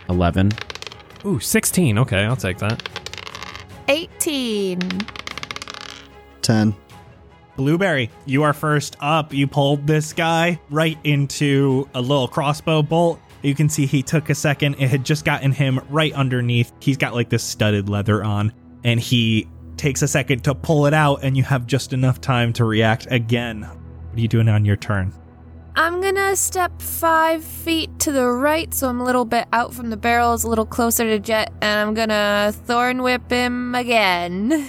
Speaker 7: Eleven.
Speaker 2: Ooh, 16. Okay, I'll take that.
Speaker 6: 18.
Speaker 4: [LAUGHS] Ten.
Speaker 5: Blueberry, you are first up. You pulled this guy right into a little crossbow bolt. You can see he took a second. It had just gotten him right underneath. He's got like this studded leather on, and he takes a second to pull it out, and you have just enough time to react again. What are you doing on your turn?
Speaker 6: I'm gonna step five feet to the right, so I'm a little bit out from the barrels, a little closer to Jet, and I'm gonna thorn whip him again.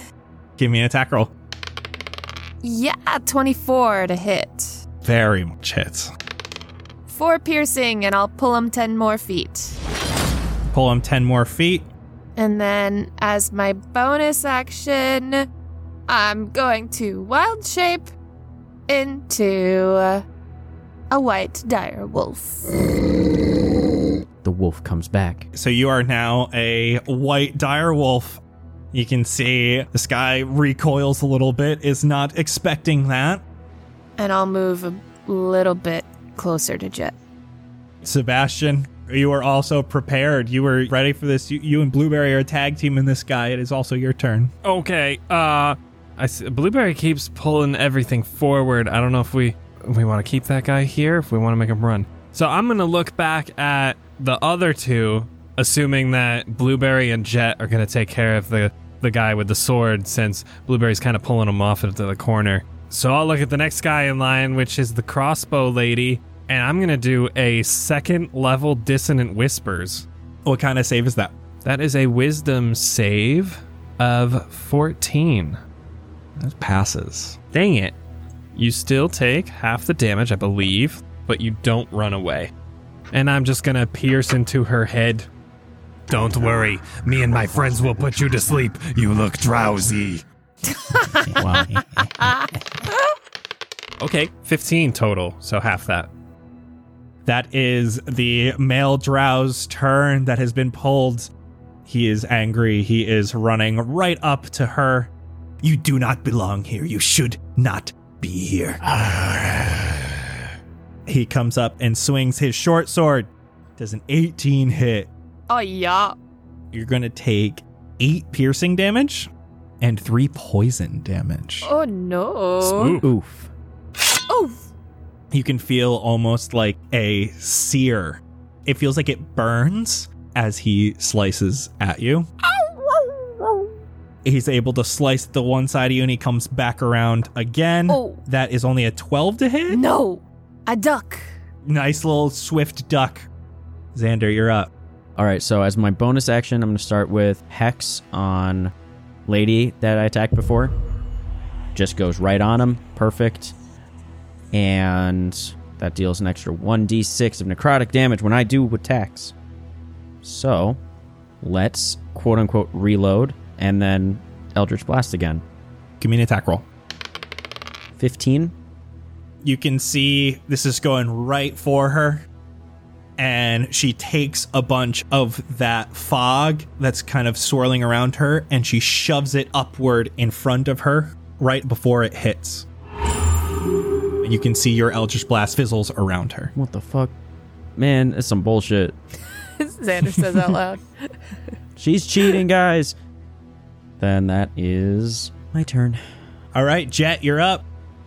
Speaker 5: Give me an attack roll.
Speaker 6: Yeah, 24 to hit.
Speaker 5: Very much hits.
Speaker 6: Four piercing, and I'll pull him 10 more feet.
Speaker 5: Pull him 10 more feet.
Speaker 6: And then, as my bonus action, I'm going to wild shape into a white dire wolf.
Speaker 7: The wolf comes back.
Speaker 5: So you are now a white dire wolf. You can see this guy recoils a little bit, is not expecting that.
Speaker 6: And I'll move a little bit closer to Jet.
Speaker 5: Sebastian, you are also prepared. You were ready for this. You, you and Blueberry are a tag team in this guy. It is also your turn.
Speaker 2: Okay, uh, I see, Blueberry keeps pulling everything forward. I don't know if we if we want to keep that guy here, if we want to make him run. So I'm gonna look back at the other two, assuming that Blueberry and Jet are gonna take care of the the guy with the sword, since Blueberry's kind of pulling him off into the corner. So I'll look at the next guy in line, which is the crossbow lady, and I'm gonna do a second level dissonant whispers.
Speaker 5: What kind of save is that?
Speaker 2: That is a wisdom save of 14.
Speaker 5: That passes.
Speaker 2: Dang it. You still take half the damage, I believe, but you don't run away. And I'm just gonna pierce into her head.
Speaker 3: Don't worry, me and my friends will put you to sleep. You look drowsy.
Speaker 5: Wow.
Speaker 2: Okay, 15 total, so half that.
Speaker 5: That is the male drow's turn that has been pulled. He is angry. He is running right up to her. You do not belong here. You should not be here. [SIGHS] he comes up and swings his short sword. Does an 18 hit.
Speaker 6: Oh, yeah.
Speaker 5: You're going to take 8 piercing damage and 3 poison damage.
Speaker 6: Oh, no.
Speaker 2: Ooh.
Speaker 7: Oof.
Speaker 6: Oh,
Speaker 5: you can feel almost like a sear. It feels like it burns as he slices at you. He's able to slice the one side of you and he comes back around again.
Speaker 6: Oh.
Speaker 5: That is only a 12 to hit.
Speaker 6: no. A duck.
Speaker 5: Nice little swift duck. Xander, you're up.
Speaker 7: All right, so as my bonus action, I'm gonna start with hex on lady that I attacked before. Just goes right on him. Perfect. And that deals an extra 1d6 of necrotic damage when I do attacks. So let's quote unquote reload and then Eldritch Blast again.
Speaker 5: Give me an attack roll.
Speaker 7: 15.
Speaker 5: you can see this is going right for her. And she takes a bunch of that fog that's kind of swirling around her and she shoves it upward in front of her right before it hits. And you can see your Eldritch Blast fizzles around her.
Speaker 7: What the fuck? Man, it's some bullshit.
Speaker 6: Xander says out loud.
Speaker 7: She's cheating, guys. Then that is my turn.
Speaker 5: All right, Jet, you're up.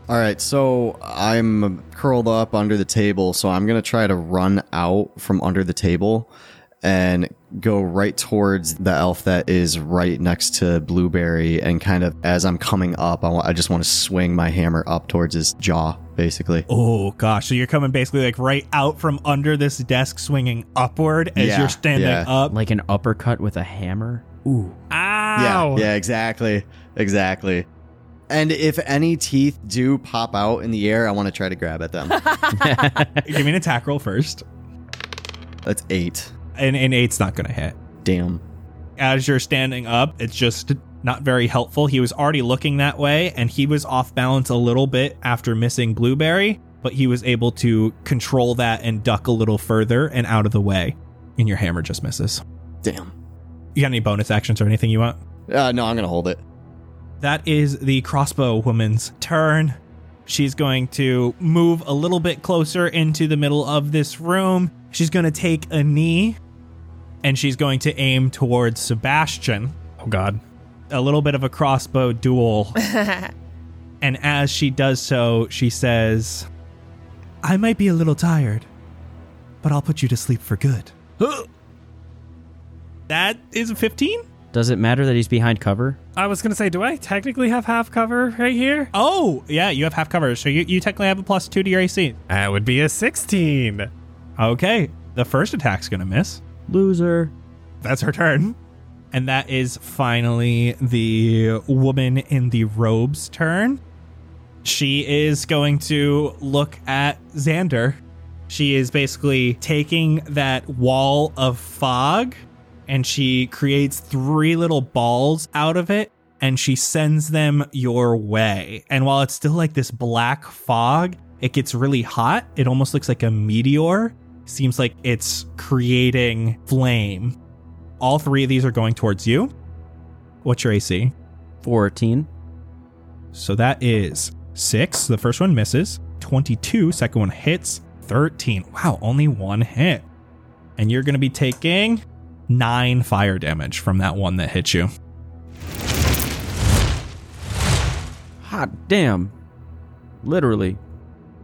Speaker 4: All right, so I'm curled up under the table, so I'm going to try to run out from under the table and go right towards the elf that is right next to Blueberry. And kind of as I'm coming up, I wa- I just want to swing my hammer up towards his jaw, basically.
Speaker 5: Oh gosh, so you're coming basically like right out from under this desk swinging upward as
Speaker 4: Yeah,
Speaker 5: you're standing
Speaker 4: yeah.
Speaker 5: up.
Speaker 7: Like an uppercut with a hammer?
Speaker 2: Ow!
Speaker 4: Yeah, yeah, exactly. Exactly. And if any teeth do pop out in the air, I want to try to grab at them.
Speaker 5: [LAUGHS] Give me an attack roll first.
Speaker 4: That's eight.
Speaker 5: And an eight's not gonna hit.
Speaker 4: Damn.
Speaker 5: as you're standing up, it's just not very helpful. He was already looking that way and he was off balance a little bit after missing Blueberry, but he was able to control that and duck a little further and out of the way. And your hammer just misses.
Speaker 4: Damn.
Speaker 5: You got any bonus actions or anything you want?
Speaker 4: Uh, no, I'm going to hold it.
Speaker 5: That is the crossbow woman's turn. She's going to move a little bit closer into the middle of this room. She's going to take a knee and she's going to aim towards Sebastian.
Speaker 2: Oh god.
Speaker 5: a little bit of a crossbow duel. and as she does so, she says, I might be a little tired, but I'll put you to sleep for good. [GASPS] that is a 15?
Speaker 7: Does it matter that he's behind cover?
Speaker 2: I was gonna say, do I technically have half cover right here?
Speaker 5: Oh, yeah, you have half cover. So you, you technically have a plus two to your AC.
Speaker 2: That would be a 16.
Speaker 5: Okay, the first attack's going to miss.
Speaker 7: Loser.
Speaker 5: That's her turn. And that is finally the woman in the robes turn. She is going to look at Xander. She is basically taking that wall of fog and she creates three little balls out of it and she sends them your way. And while it's still like this black fog, it gets really hot. It almost looks like a meteor. Seems like it's creating flame. All three of these are going towards you. What's your AC?
Speaker 7: 14.
Speaker 5: So that is six. The first one misses. 22. Second one hits. 13. Wow, only one hit. And you're going to be taking nine fire damage from that one that hit you.
Speaker 7: Hot damn. Literally.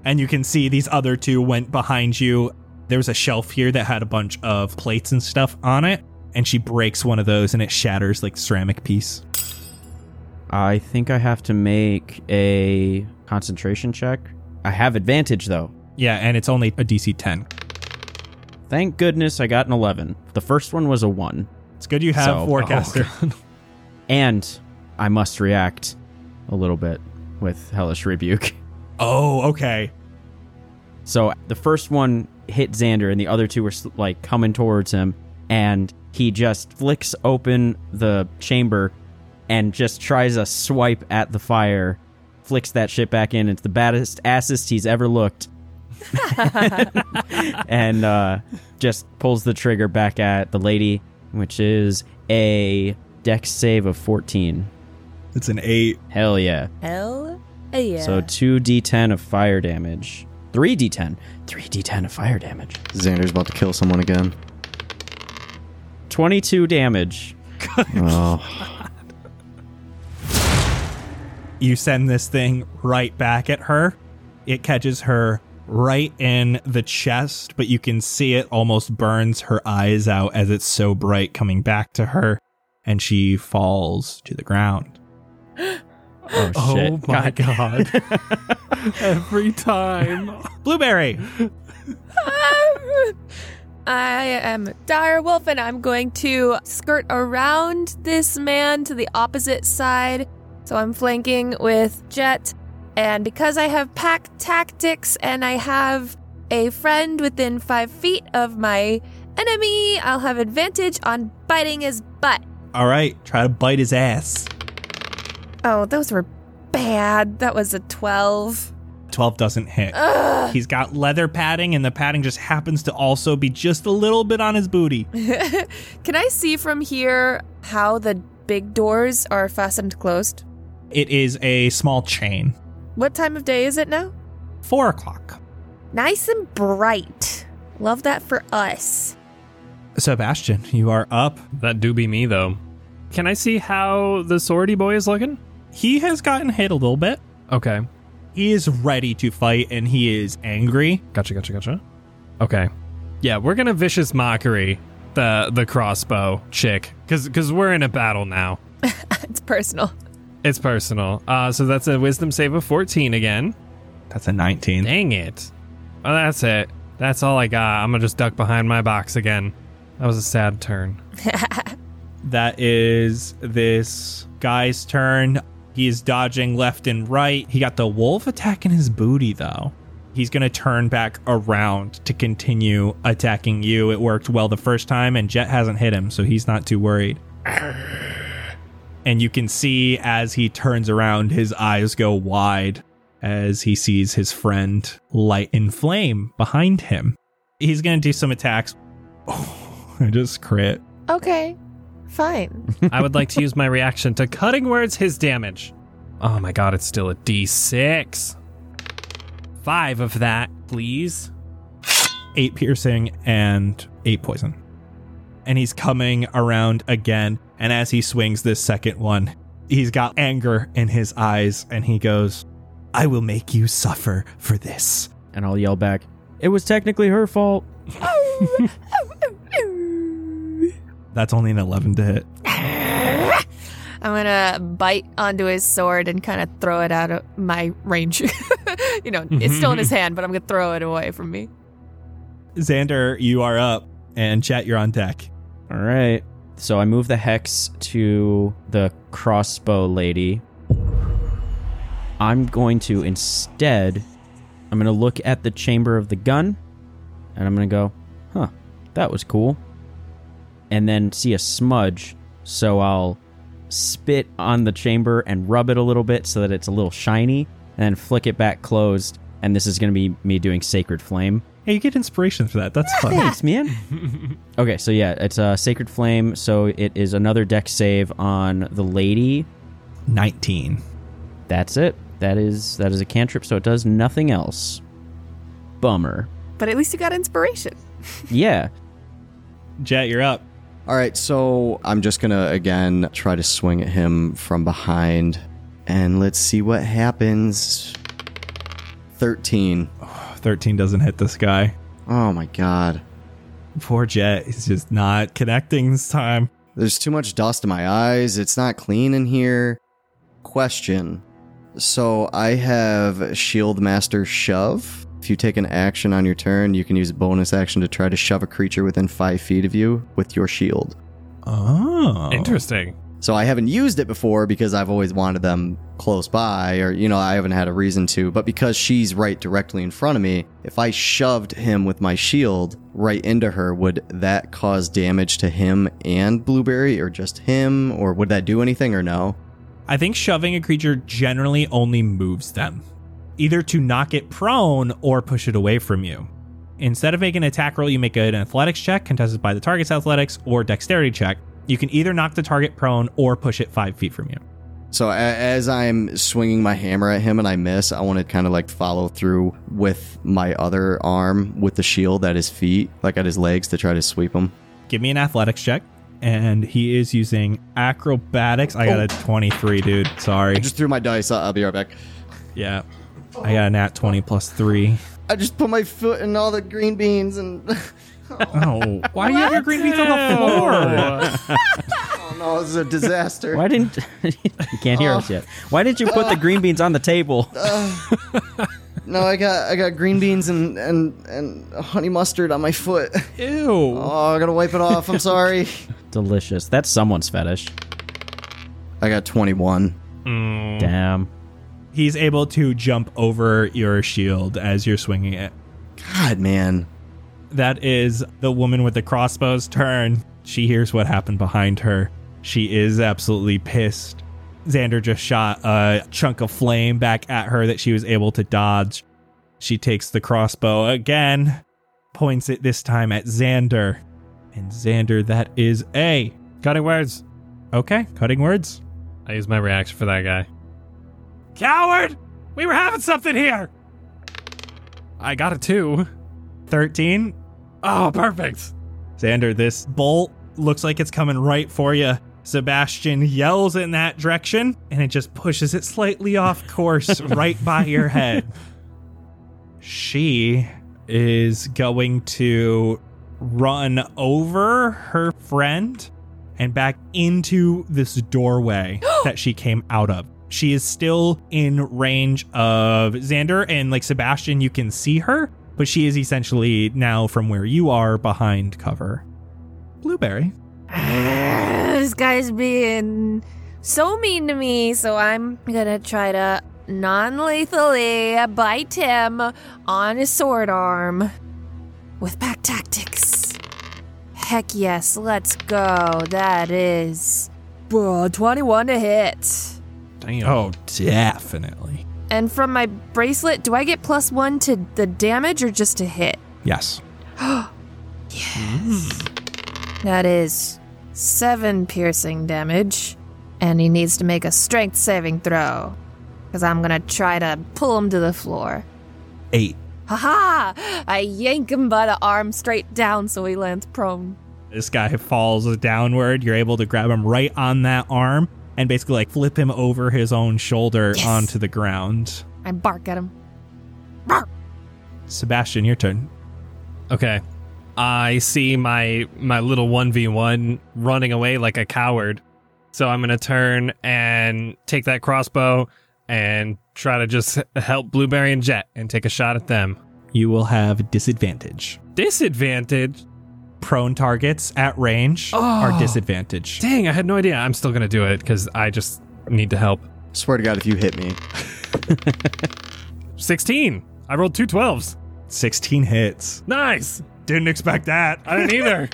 Speaker 5: And you can see these other two went behind you. There was a shelf here that had a bunch of plates and stuff on it. And she breaks one of those and it shatters like ceramic piece.
Speaker 7: I think I have to make a concentration check. I have advantage, though.
Speaker 5: Yeah, and it's only a DC 10.
Speaker 7: Thank goodness I got an 11. The first one was a 1.
Speaker 5: It's good you have
Speaker 7: So-
Speaker 5: forecaster.
Speaker 7: And I must react a little bit with Hellish Rebuke. [LAUGHS]
Speaker 5: oh okay.
Speaker 7: So the first one hit Xander, and the other two were like coming towards him, and he just flicks open the chamber and just tries a swipe at the fire, flicks that shit back in. It's the baddest assist he's ever looked, [LAUGHS] and uh, just pulls the trigger back at the lady, which is a dex save of fourteen.
Speaker 5: It's an eight.
Speaker 7: Hell yeah!
Speaker 6: [LAUGHS] Hell yeah.
Speaker 7: So two d10 of fire damage. 3d10. 3d10 of fire damage.
Speaker 4: Xander's about to kill someone again.
Speaker 7: 22 damage.
Speaker 4: Oh,
Speaker 5: You send this thing right back at her. It catches her right in the chest, but you can see it almost burns her eyes out as it's so bright coming back to her, and she falls to the ground.
Speaker 7: Oh, shit. God.
Speaker 2: god. [LAUGHS] Every time.
Speaker 5: Blueberry!
Speaker 6: I am Dire Wolf, and I'm going to skirt around this man to the opposite side So I'm flanking with Jet. And because I have pack tactics and I have a friend within five feet of my enemy, I'll have advantage on biting his butt.
Speaker 5: All right, try to bite his ass.
Speaker 6: Oh, those were bad. That was a 12.
Speaker 5: 12 doesn't hit.
Speaker 6: Ugh. [LAUGHS]
Speaker 5: He's got leather padding, and the padding just happens to also be just a little bit on his booty.
Speaker 6: Can I see from here how the big doors are fastened closed?
Speaker 5: It is a small chain.
Speaker 6: What time of day is it now?
Speaker 5: Four o'clock.
Speaker 6: Nice and bright. Love that for us. [LAUGHS]
Speaker 5: Sebastian, you are up.
Speaker 2: That do be me, though. Can I see how the sorority boy is looking?
Speaker 5: He has gotten hit a little bit.
Speaker 2: Okay.
Speaker 5: He is ready to fight, and he is angry.
Speaker 2: Gotcha, gotcha, gotcha. Okay. Yeah, we're gonna vicious mockery the the crossbow chick. Cause cause we're in a battle now.
Speaker 6: It's personal.
Speaker 2: It's personal. Uh so that's a wisdom save of fourteen again.
Speaker 5: That's a 19.
Speaker 2: Dang it. Oh that's it. That's all I got. I'm gonna just duck behind my box again. That was a sad turn.
Speaker 5: That is this guy's turn. He is dodging left and right. He got the wolf attacking his booty, though. He's going to turn back around to continue attacking you. It worked well the first time, and Jet hasn't hit him, so he's not too worried. And you can see as he turns around, his eyes go wide as he sees his friend light in flame behind him. He's going to do some attacks. [LAUGHS] Oh, I just crit.
Speaker 6: Okay, fine.
Speaker 2: I would like to use my reaction to cutting words his damage. Oh my god, it's still a D6. Five of that, please.
Speaker 5: eight piercing and eight poison. And he's coming around again. And as he swings this second one, he's got anger in his eyes and he goes, I will make you suffer for this.
Speaker 7: And I'll yell back, It was technically her fault.
Speaker 5: That's only an 11 to hit.
Speaker 6: I'm gonna bite onto his sword and kind of throw it out of my range. [LAUGHS] you know, it's still in his hand, but I'm gonna throw it away from me.
Speaker 5: Xander, you are up. And chat, you're on deck.
Speaker 7: All right. So I move the hex to the crossbow lady. I'm going to instead, I'm going to look at the chamber of the gun and I'm going to go, huh, that was cool. And then see a smudge. So I'll spit on the chamber and rub it a little bit so that it's a little shiny and then flick it back closed. And this is going to be me doing Sacred Flame.
Speaker 5: Hey, you get inspiration for that. That's fun.
Speaker 7: Thanks, man. [LAUGHS] okay, so yeah, it's a sacred flame, so it is another deck save on the lady.
Speaker 5: 19.
Speaker 7: That's it. That is that is a cantrip, so it does nothing else. Bummer.
Speaker 6: But at least you got inspiration.
Speaker 7: Yeah.
Speaker 5: Jet, you're up.
Speaker 4: All right, so I'm just going to again try to swing at him from behind and let's see what happens. 13.
Speaker 5: 13 doesn't hit this guy.
Speaker 4: Oh my god.
Speaker 5: Poor Jet. He's just not connecting this time.
Speaker 4: There's too much dust in my eyes. It's not clean in here. Question. So I have Shield Master Shove. If you take an action on your turn, you can use a bonus action to try to shove a creature within five feet of you with your shield.
Speaker 5: Oh.
Speaker 2: Interesting.
Speaker 4: So I haven't used it before because I've always wanted them close by, or, you know, I haven't had a reason to. But because she's right directly in front of me, if I shoved him with my shield right into her, would that cause damage to him and Blueberry, or just him, or would that do anything, or no?
Speaker 5: I think shoving a creature generally only moves them, either to knock it prone or push it away from you. Instead of making an attack roll, you make an athletics check contested by the target's athletics or dexterity check. You can either knock the target prone or push it five feet from you.
Speaker 4: So a- as I'm swinging my hammer at him and I miss, I want to kind of like follow through with my other arm with the shield at his feet, like at his legs, to try to sweep him.
Speaker 5: Give me an athletics check. And he is using acrobatics. I got a 23, dude. Sorry.
Speaker 4: I just threw my dice. I- I'll be right back.
Speaker 5: Yeah. I got a nat 20 plus three.
Speaker 4: I just put my foot in all the green beans and. [LAUGHS]
Speaker 5: Oh, why do you have your green beans on the floor?
Speaker 4: Oh no, this is a disaster.
Speaker 7: Why didn't [LAUGHS] you can't hear us yet? Why didn't you put the green beans on the table?
Speaker 4: No, I got I got green beans and and and honey mustard on my foot. [LAUGHS]
Speaker 5: Ew.
Speaker 4: Oh, I gotta wipe it off. [LAUGHS] I'm sorry.
Speaker 7: Delicious. That's someone's fetish.
Speaker 4: I got 21.
Speaker 2: Mm.
Speaker 7: Damn.
Speaker 5: He's able to jump over your shield as you're swinging it.
Speaker 4: God, man.
Speaker 5: That is the woman with the crossbow's turn. She hears what happened behind her. She is absolutely pissed. Xander just shot a chunk of flame back at her that she was able to dodge. She takes the crossbow again, points it this time at Xander. And Xander, that is a.
Speaker 2: Cutting words.
Speaker 5: Okay, cutting words.
Speaker 2: I use my reaction for that guy. Coward! We were having something here! I got a two.
Speaker 5: 13.
Speaker 2: Oh, perfect.
Speaker 5: Xander, this bolt looks like it's coming right for you. Sebastian yells in that direction, and it just pushes it slightly off course right by your head. She is going to run over her friend and back into this doorway that she came out of. She is still in range of Xander and like Sebastian, you can see her, but she is essentially now from where you are behind cover. Blueberry.
Speaker 6: this guy's being so mean to me, so I'm gonna try to non lethally bite him on his sword arm with back tactics. Heck yes, let's go. That is bruh, 21 to hit.
Speaker 5: Oh, definitely.
Speaker 6: And from my bracelet, do I get plus one to the damage or just to hit?
Speaker 5: Yes.
Speaker 6: That is seven piercing damage, and he needs to make a strength saving throw. Because I'm gonna try to pull him to the floor.
Speaker 5: Eight.
Speaker 6: Haha! I yank him by the arm straight down so he lands prone.
Speaker 5: This guy falls downward. You're able to grab him right on that arm and basically like flip him over his own shoulder
Speaker 6: Yes.
Speaker 5: onto the ground.
Speaker 6: I bark at him.
Speaker 5: Sebastian, your turn.
Speaker 2: Okay. I see my my little 1v1 running away like a coward. So I'm going to turn and take that crossbow and try to just help Blueberry and Jet and take a shot at them.
Speaker 5: You will have disadvantage.
Speaker 2: Disadvantage?
Speaker 5: Prone targets at range are
Speaker 2: Oh.
Speaker 5: disadvantage.
Speaker 2: Dang, I had no idea. I'm still going to do it cuz I just need to help.
Speaker 4: Swear to God, if you hit me.
Speaker 2: 16. I rolled two 12s.
Speaker 5: 16 hits.
Speaker 2: Nice.
Speaker 5: Didn't expect that.
Speaker 2: I didn't either.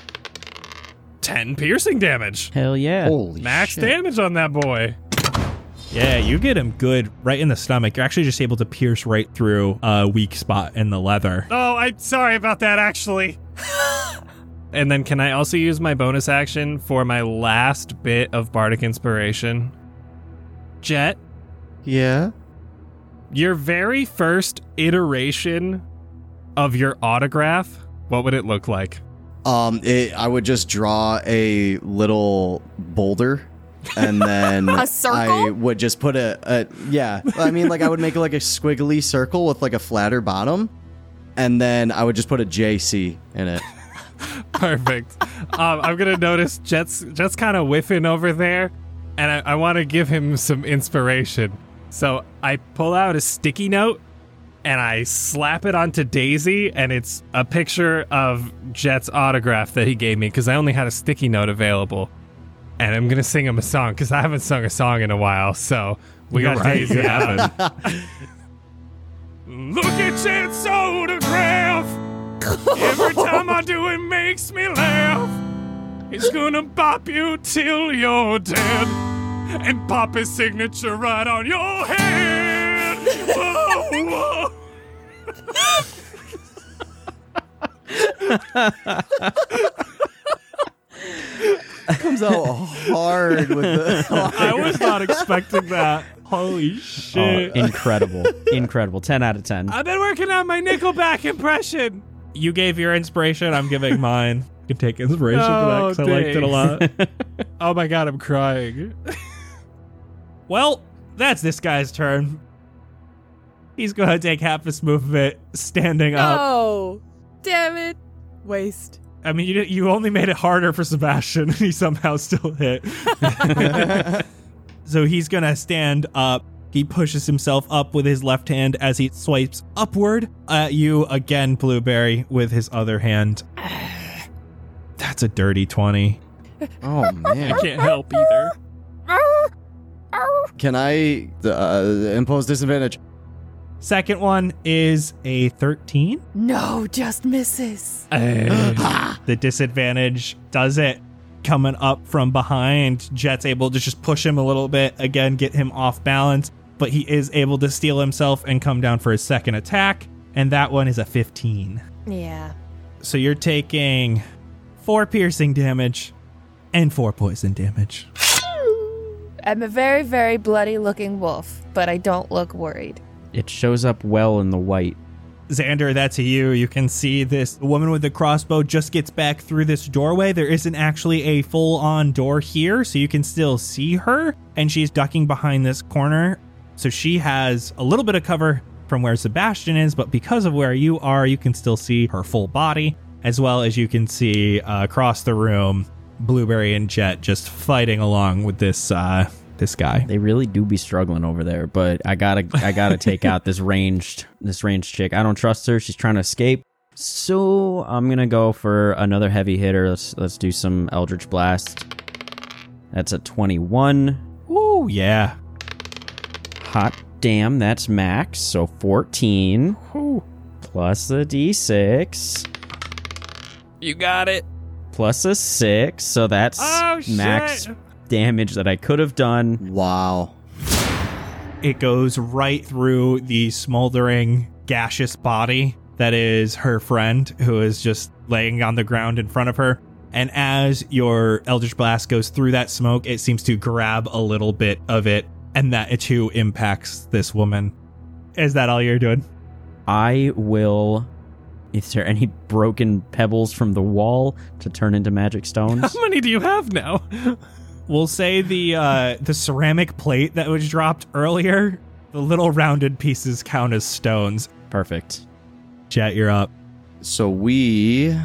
Speaker 2: 10 piercing damage.
Speaker 7: Hell yeah.
Speaker 4: Holy
Speaker 2: Max
Speaker 4: shit.
Speaker 2: damage on that boy.
Speaker 5: Yeah, you get him good right in the stomach. You're actually just able to pierce right through a weak spot in the leather.
Speaker 2: Oh, I'm sorry about that, actually. and then can I also use my bonus action for my last bit of Bardic Inspiration? Jet,
Speaker 4: Yeah.
Speaker 2: your very first iteration of your autograph, what would it look like? [LAUGHS]
Speaker 4: Um, it, I would just draw a little boulder, and then
Speaker 6: [LAUGHS] A circle?
Speaker 4: I would just put a, a yeah. I mean, like I would make like a squiggly circle with like a flatter bottom, and then I would just put a JC in it.
Speaker 2: Perfect. um, I'm gonna notice Jet's Jet's kind of whiffing over there, and I, I want to give him some inspiration. So I pull out a sticky note and I slap it onto Daisy, and it's a picture of Jet's autograph that he gave me because I only had a sticky note available. And I'm gonna sing him a song because I haven't sung a song in a while. So we got Daisy. Look at Jet's autograph. Every time I do it makes me laugh. He's gonna pop you till you're dead and pop his signature right on your head. Whoa, whoa.
Speaker 4: [LAUGHS] Comes out hard with the.
Speaker 5: I was not expecting that. Holy
Speaker 7: Oh,
Speaker 5: shit.
Speaker 7: incredible. incredible. 10 out of 10.
Speaker 2: I've been working on my Nickelback impression.
Speaker 5: you gave your inspiration. I'm giving mine. You can take inspiration for that
Speaker 2: Oh,
Speaker 5: 'cause I liked it a lot.
Speaker 2: Oh my god, I'm crying.
Speaker 5: [LAUGHS] well, that's this guy's turn. He's going to take half his movement standing up.
Speaker 6: Oh! Damn it. Waste.
Speaker 5: I mean, you, you only made it harder for Sebastian. [LAUGHS] He somehow still hit. so he's going to stand up. He pushes himself up with his left hand as he swipes upward at you again, Blueberry, with his other hand. [SIGHS] That's a dirty 20.
Speaker 4: [LAUGHS] oh man!
Speaker 2: Can't help either.
Speaker 6: Arr, arr.
Speaker 4: Can I uh, impose disadvantage?
Speaker 5: Second one is a 13.
Speaker 6: No, just misses.
Speaker 5: The disadvantage does it. Coming up from behind, Jet's able to just push him a little bit, again, get him off balance, but he is able to steal himself and come down for his second attack. And that one is a 15.
Speaker 6: Yeah.
Speaker 5: So you're taking four piercing damage and four poison damage.
Speaker 6: I'm a very, very bloody looking wolf, but I don't look worried.
Speaker 7: It shows up well in the white.
Speaker 5: Xander, that's you. You can see this woman with the crossbow just gets back through this doorway. There isn't actually a full on door here, so you can still see her, and she's ducking behind this corner. So she has a little bit of cover from where Sebastian is, but because of where you are, you can still see her full body, as well as you can see uh, across the room Blueberry and Jet just fighting along with this uh, this guy.
Speaker 7: They really do be struggling over there, but I gotta I gotta take out
Speaker 8: [LAUGHS]
Speaker 7: this ranged this ranged chick. I don't trust her. She's trying to escape. So I'm gonna go for another heavy hitter. Let's let's do some Eldritch Blast. That's a 21.
Speaker 5: Ooh, yeah.
Speaker 7: Hot damn, that's max. So 14 plus a d6
Speaker 8: You got it.
Speaker 7: plus a 6. So that's
Speaker 2: Oh,
Speaker 7: max
Speaker 2: shit.
Speaker 7: damage that I could have done.
Speaker 4: Wow.
Speaker 5: It goes right through the smoldering, gaseous body that is her friend, who is just laying on the ground in front of her. And as your Eldritch Blast goes through that smoke, it seems to grab a little bit of it, and that it too impacts this woman. Is that all you're doing?
Speaker 7: I will. Is there any broken pebbles from the wall to turn into magic
Speaker 5: [LAUGHS]
Speaker 7: stones?
Speaker 2: How many do you have now?
Speaker 5: We'll say the uh, the ceramic plate that was dropped earlier. The little rounded pieces count as stones.
Speaker 7: Perfect.
Speaker 5: Jet, you're up.
Speaker 4: So we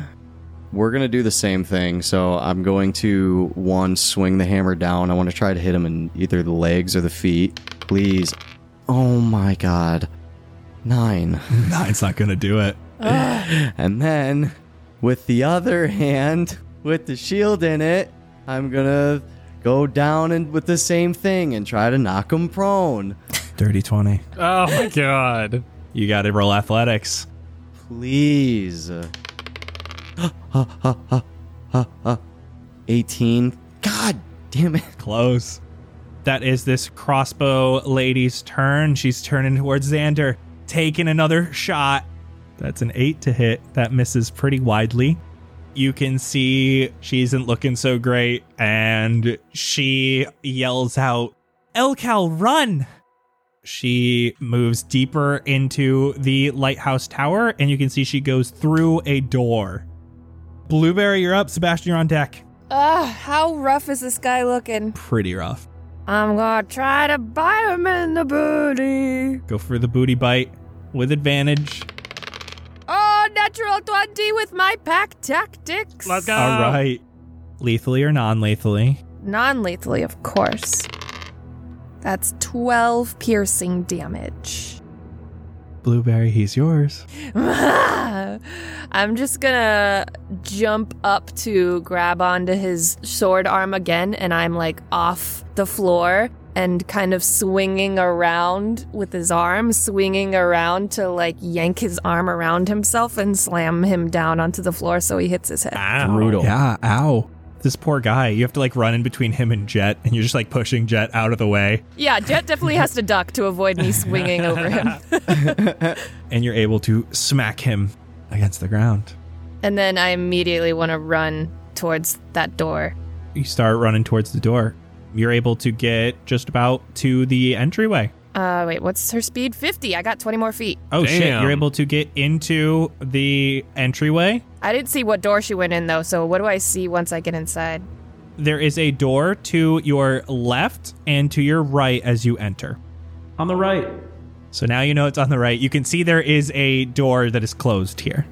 Speaker 4: we're gonna do the same thing. So I'm going to one swing the hammer down. I want to try to hit him in either the legs or the feet. Please. Oh my god. Nine.
Speaker 5: Nah, it's not gonna do it.
Speaker 4: And then with the other hand, with the shield in it, I'm gonna go down and with the same thing and try to knock him prone.
Speaker 5: Dirty twenty.
Speaker 2: Oh my god.
Speaker 5: You got to roll athletics.
Speaker 4: Please. [GASPS] 18. God damn it.
Speaker 5: Close. That is this crossbow lady's turn. She's turning towards Xander, taking another shot. That's an eight to hit. That misses pretty widely. You can see she isn't looking so great, and she yells out, Elcal, run! She moves deeper into the lighthouse tower, and you can see she goes through a door. Blueberry, you're up. Sebastian, you're on deck.
Speaker 6: Ugh, Ah, how rough is this guy looking?
Speaker 5: Pretty rough.
Speaker 6: I'm gonna try to bite him in the booty.
Speaker 5: Go for the booty bite with advantage.
Speaker 6: Oh, natural 20 with my pack tactics.
Speaker 2: Let's go.
Speaker 5: All right. Lethally or non lethally?
Speaker 6: Non lethally, of course. That's 12 piercing damage.
Speaker 5: Blueberry, he's yours.
Speaker 6: [LAUGHS] I'm just gonna jump up to grab onto his sword arm again, and I'm like off the floor and kind of swinging around with his arm, swinging around to like yank his arm around himself and slam him down onto the floor so he hits his head.
Speaker 7: Brutal.
Speaker 5: Yeah, ow. This poor guy, you have to like run in between him and Jet, and you're just like pushing Jet out of the way,
Speaker 6: Yeah, Jet definitely has to duck to avoid me swinging over him.
Speaker 5: and you're able to smack him against the ground.
Speaker 6: And then I immediately want to run towards that door.
Speaker 5: You start running towards the door. You're able to get just about to the entryway.
Speaker 6: Uh, wait, what's her speed? 50. I got 20 more feet.
Speaker 5: Oh shit,
Speaker 2: Damn.
Speaker 5: you're able to get into the entryway.
Speaker 6: I didn't see what door she went in, though, so what do I see once I get inside?
Speaker 5: There is a door to your left and to your right as you enter.
Speaker 7: On the right.
Speaker 5: So now you know it's on the right. You can see there is a door that is closed here.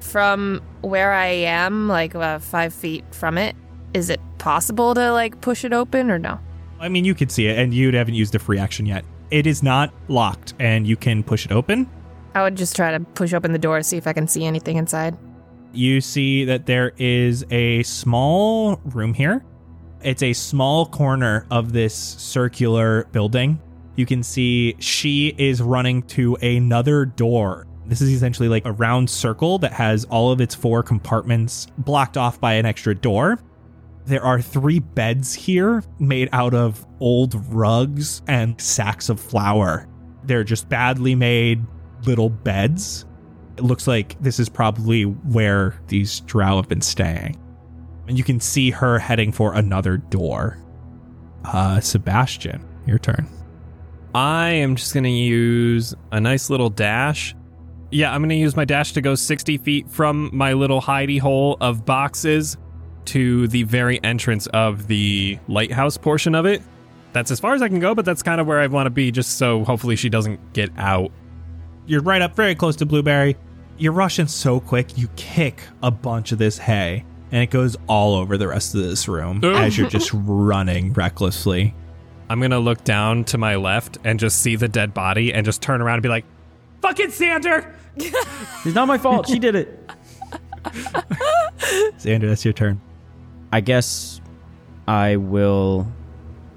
Speaker 6: From where I am, like uh, five feet from it, is it possible to, like, push it open or no?
Speaker 5: I mean, you could see it, and you haven't used a free action yet. It is not locked, and you can push it open.
Speaker 6: I would just try to push open the door, see if I can see anything inside.
Speaker 5: You see that there is a small room here. It's a small corner of this circular building. You can see she is running to another door. This is essentially like a round circle that has all of its four compartments blocked off by an extra door. There are three beds here made out of old rugs and sacks of flour. They're just badly made little beds. It looks like this is probably where these drow have been staying. And you can see her heading for another door. Uh, Sebastian, your turn.
Speaker 2: I am just going to use a nice little dash. Yeah, I'm going to use my dash to go 60 feet from my little hidey hole of boxes to the very entrance of the lighthouse portion of it. That's as far as I can go, but that's kind of where I want to be, just so hopefully she doesn't get out.
Speaker 5: You're right up very close to Blueberry. You're rushing so quick, you kick a bunch of this hay, and it goes all over the rest of this room
Speaker 2: Ooh.
Speaker 5: as you're just running recklessly.
Speaker 2: I'm going to look down to my left and just see the dead body and just turn around and be like, fucking Sander!
Speaker 7: It's not my fault. She did it.
Speaker 5: Xander, that's your turn.
Speaker 7: I guess I will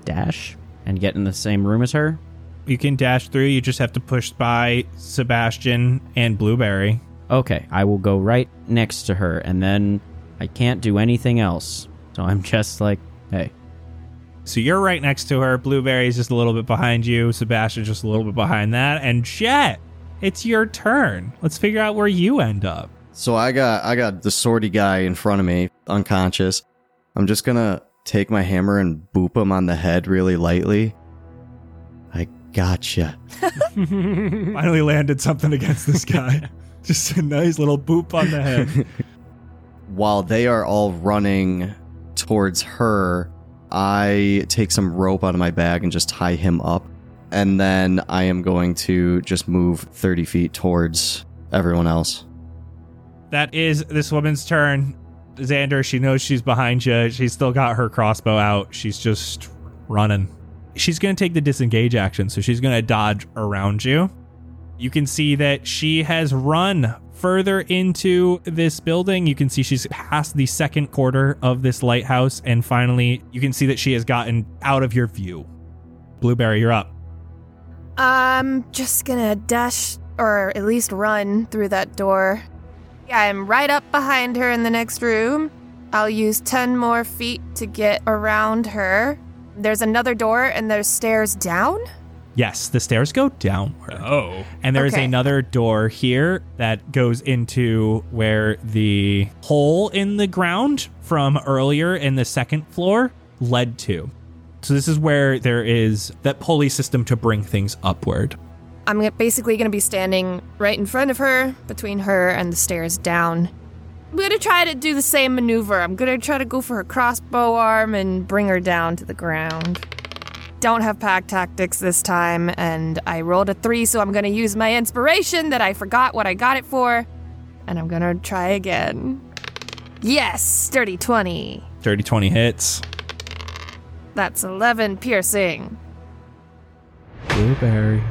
Speaker 7: dash and get in the same room as her.
Speaker 5: You can dash through, you just have to push by Sebastian and Blueberry.
Speaker 7: Okay, I will go right next to her, and then I can't do anything else. So I'm just like, hey,
Speaker 5: So you're right next to her. Blueberry's just a little bit behind you. Sebastian's just a little bit behind that. And Jet, it's your turn. Let's figure out where you end up.
Speaker 4: So I got I got the swordy guy in front of me, unconscious. I'm just gonna take my hammer and boop him on the head really lightly. I gotcha.
Speaker 5: Finally landed something against this guy. just a nice little boop on the head.
Speaker 4: While they are all running towards her, I take some rope out of my bag and just tie him up. And then I am going to just move 30 feet towards everyone else.
Speaker 5: that is this woman's turn. Xander, she knows she's behind you. She's still got her crossbow out. She's just running. She's going to take the disengage action, so she's going to dodge around you. You can see that she has run further into this building. You can see she's past the second quarter of this lighthouse. And finally, you can see that she has gotten out of your view. Blueberry, you're up.
Speaker 6: I'm just gonna dash or at least run through that door. Yeah, I'm right up behind her in the next room. I'll use 10 more feet to get around her. There's another door and there's stairs down.
Speaker 5: Yes, the stairs go downward.
Speaker 2: Oh.
Speaker 5: And there is
Speaker 6: Okay.
Speaker 5: another door here that goes into where the hole in the ground from earlier in the second floor led to. So this is where there is that pulley system to bring things upward.
Speaker 6: I'm g- basically gonna be standing right in front of her, between her and the stairs down. I'm gonna try to do the same maneuver. I'm gonna try to go for her crossbow arm and bring her down to the ground. Don't have pack tactics this time, and I rolled a three, so I'm gonna use my inspiration that I forgot what I got it for, and I'm gonna try again. Yes, sturdy 20.
Speaker 5: Dirty 20 hits.
Speaker 6: That's 11 piercing.
Speaker 5: Blueberry.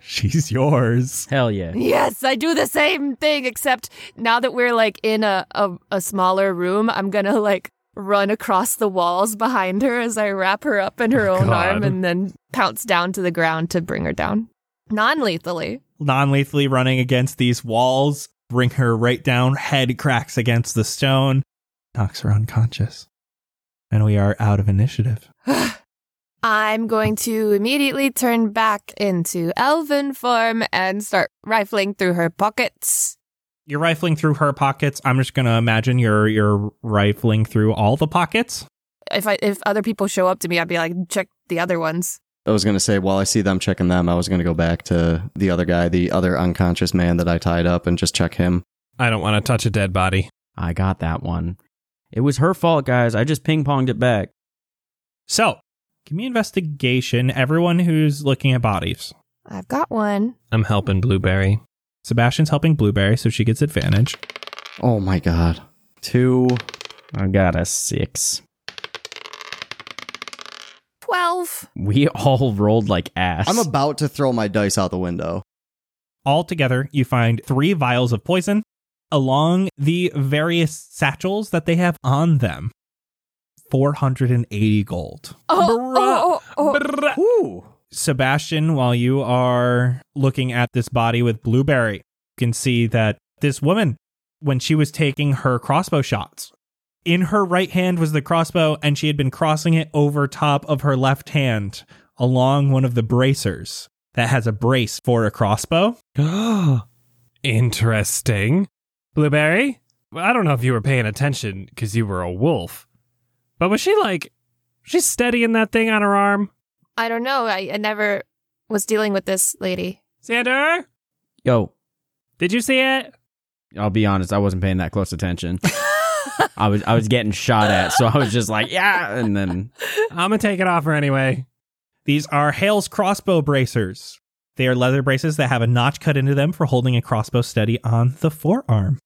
Speaker 5: She's yours.
Speaker 7: hell yeah.
Speaker 6: Yes, I do the same thing, except now that we're like in a, a, a smaller room, I'm gonna like run across the walls behind her as I wrap her up in her own
Speaker 2: God.
Speaker 6: arm and then pounce down to the ground to bring her down. Non lethally.
Speaker 5: Non lethally running against these walls, bring her right down, head cracks against the stone, knocks her unconscious. And we are out of initiative.
Speaker 6: I'm going to immediately turn back into elven form and start rifling through her pockets.
Speaker 5: You're rifling through her pockets. I'm just gonna imagine you're you're rifling through all the pockets.
Speaker 6: If I if other people show up to me, I'd be like, check the other ones.
Speaker 4: I was gonna say while I see them checking them, I was gonna go back to the other guy, the other unconscious man that I tied up, and just check him.
Speaker 2: I don't want to touch a dead body.
Speaker 7: I got that one. It was her fault, guys. I just ping ponged it back.
Speaker 5: So give me investigation. Everyone who's looking at bodies.
Speaker 6: I've got one.
Speaker 2: I'm helping Blueberry.
Speaker 5: Sebastian's helping Blueberry, so she gets advantage.
Speaker 4: Oh my god. Two.
Speaker 7: I got a six.
Speaker 6: Twelve.
Speaker 7: We [LAUGHS] all rolled like ass.
Speaker 4: I'm about to throw my dice out the window.
Speaker 5: Altogether, you find three vials of poison along the various satchels that they have on them. 480 gold.
Speaker 6: Oh, oh, oh, oh.
Speaker 5: Ooh. Sebastian, while you are looking at this body with Blueberry, you can see that this woman, when she was taking her crossbow shots, in her right hand was the crossbow, and she had been crossing it over top of her left hand along one of the bracers that has a brace for a crossbow.
Speaker 2: [GASPS] Interesting. Blueberry? Well, I don't know if you were paying attention because you were a wolf, but was she like, she's steadying that thing on her arm?
Speaker 6: I don't know. I, I never was dealing with this lady.
Speaker 2: Xander,
Speaker 7: Yo,
Speaker 2: did you see
Speaker 6: [GASPS]
Speaker 2: it?
Speaker 7: I'll be honest, I wasn't paying that close attention.
Speaker 6: Uh,
Speaker 7: I was I was getting shot at, so I was just like, yeah, and then
Speaker 2: I'm gonna take it off her anyway.
Speaker 5: These are Hale's crossbow bracers. They are leather braces that have a notch cut into them for holding a crossbow steady on the forearm.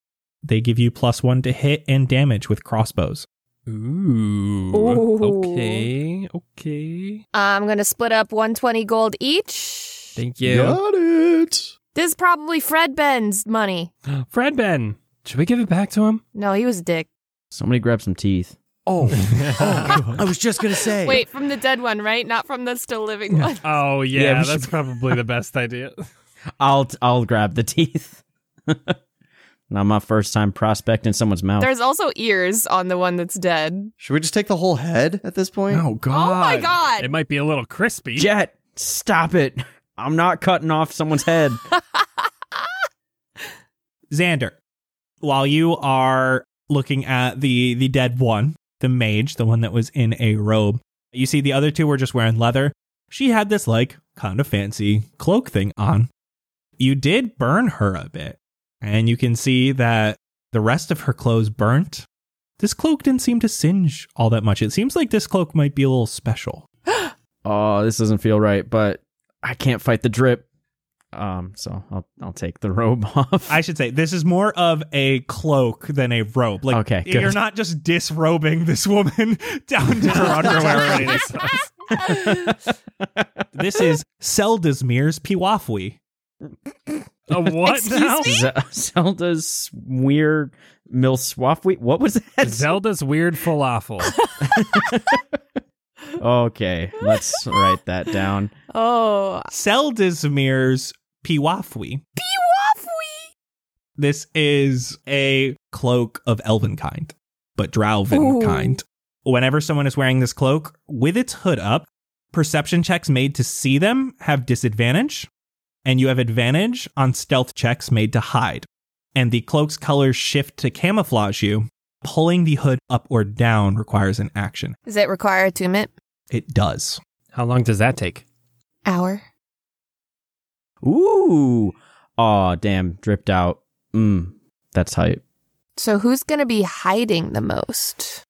Speaker 5: They give you plus one to hit and damage with crossbows.
Speaker 8: Ooh.
Speaker 6: Ooh.
Speaker 8: Okay. Okay.
Speaker 6: I'm going to split up 120 gold each.
Speaker 8: Thank you.
Speaker 4: Got it.
Speaker 6: This is probably Fred Ben's money.
Speaker 2: Fred Ben, should we give it back to him?
Speaker 6: No, he was a dick.
Speaker 7: somebody grab some teeth.
Speaker 4: Oh, oh, I was just gonna say.
Speaker 6: Wait, from the dead one, right? Not from the still living one.
Speaker 2: [LAUGHS] Oh yeah,
Speaker 7: Yeah, we
Speaker 2: that's probably the best
Speaker 6: [LAUGHS]
Speaker 2: idea.
Speaker 7: I'll I'll grab the teeth. [LAUGHS] Not my first time prospecting someone's mouth.
Speaker 6: There's also ears on the one that's dead.
Speaker 4: Should we just take the whole head at this point?
Speaker 8: Oh
Speaker 6: Oh my god.
Speaker 2: It might be a little crispy.
Speaker 7: Jet, stop it! I'm not cutting off someone's head.
Speaker 5: Xander, while you are looking at the the dead one, the mage, the one that was in a robe, you see the other two were just wearing leather. She had this like kind of fancy cloak thing on. You did burn her a bit, and you can see that the rest of her clothes burnt. This cloak didn't seem to singe all that much. It seems like this cloak might be a little special.
Speaker 7: oh, this doesn't feel right, but I can't fight the drip. Um, so I'll I'll take the robe [LAUGHS] off.
Speaker 5: I should say this is more of a cloak than a robe. Like,
Speaker 7: Okay, good.
Speaker 5: you're not just disrobing this woman [LAUGHS] down to her underwear or anything. This is Seldasmir's Piwafwi.
Speaker 2: A what
Speaker 6: Excuse
Speaker 2: now?
Speaker 6: me?
Speaker 7: Z- Zelda's weird mil swap. Wait, what was that?
Speaker 2: Zelda's weird falafel.
Speaker 7: okay, let's write that down.
Speaker 6: oh.
Speaker 5: Seldasmir's Piwafwi.
Speaker 6: Piwafwi.
Speaker 5: This is a cloak of elven kind, but drowven
Speaker 6: Ooh.
Speaker 5: kind. Whenever someone is wearing this cloak with its hood up, perception checks made to see them have disadvantage, and you have advantage on stealth checks made to hide. And the cloak's colors shift to camouflage you. Pulling the hood up or down requires an action.
Speaker 6: Does it require attunement?
Speaker 5: It does.
Speaker 2: How long does that take?
Speaker 6: Hour.
Speaker 7: Ooh. Aw, damn, dripped out. Mm, that's hype.
Speaker 6: So who's going to be hiding the most?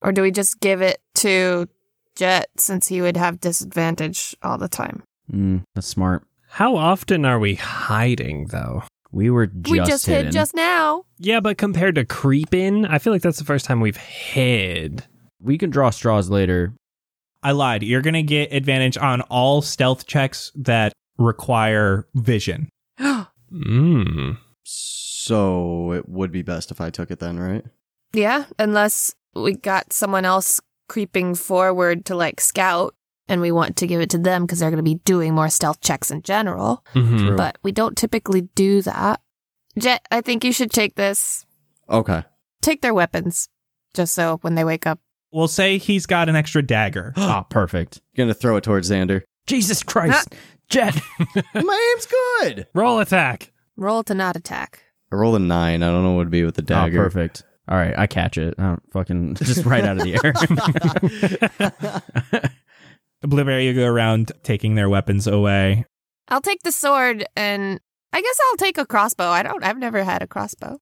Speaker 6: Or do we just give it to Jet since he would have disadvantage all the time?
Speaker 7: Mm, that's smart.
Speaker 2: How often are we hiding though?
Speaker 7: We were just,
Speaker 6: we just
Speaker 7: hidden.
Speaker 6: hid
Speaker 2: [GASPS]
Speaker 6: just now. [GASPS]
Speaker 2: Yeah, but compared to creeping, I feel like that's the first time we've hid.
Speaker 7: We can draw
Speaker 6: [GASPS]
Speaker 7: straws later.
Speaker 5: I lied. You're going to get advantage on all stealth checks that require vision.
Speaker 2: Mm.
Speaker 4: So it would be best if I took it then, right?
Speaker 6: Yeah, unless we got someone else creeping forward to like scout and we want to give it to them because they're going to be doing more stealth checks in general.
Speaker 7: Mm-hmm.
Speaker 2: Mm-hmm.
Speaker 4: True.
Speaker 6: But we don't typically do that. Jet, I think you should take this.
Speaker 4: Okay.
Speaker 6: Take their weapons just so when they wake up.
Speaker 5: We'll say he's got an extra dagger.
Speaker 7: Ah, perfect.
Speaker 4: Gonna throw it towards Xander.
Speaker 7: Jesus Christ.
Speaker 6: Ah. [LAUGHS]
Speaker 7: Jet.
Speaker 4: [LAUGHS]
Speaker 7: Ah,
Speaker 4: My aim's good.
Speaker 2: Roll attack.
Speaker 6: Roll to not attack.
Speaker 4: I rolled a nine. I don't know what would be with the
Speaker 7: Ah,
Speaker 4: dagger.
Speaker 7: perfect. All right, I catch it. I don't fucking [LAUGHS] just right out of the
Speaker 6: [LAUGHS]
Speaker 7: air.
Speaker 5: Blueberry, you go around taking their weapons away.
Speaker 6: I'll take the sword and I guess I'll take a crossbow. I don't I've never had a crossbow.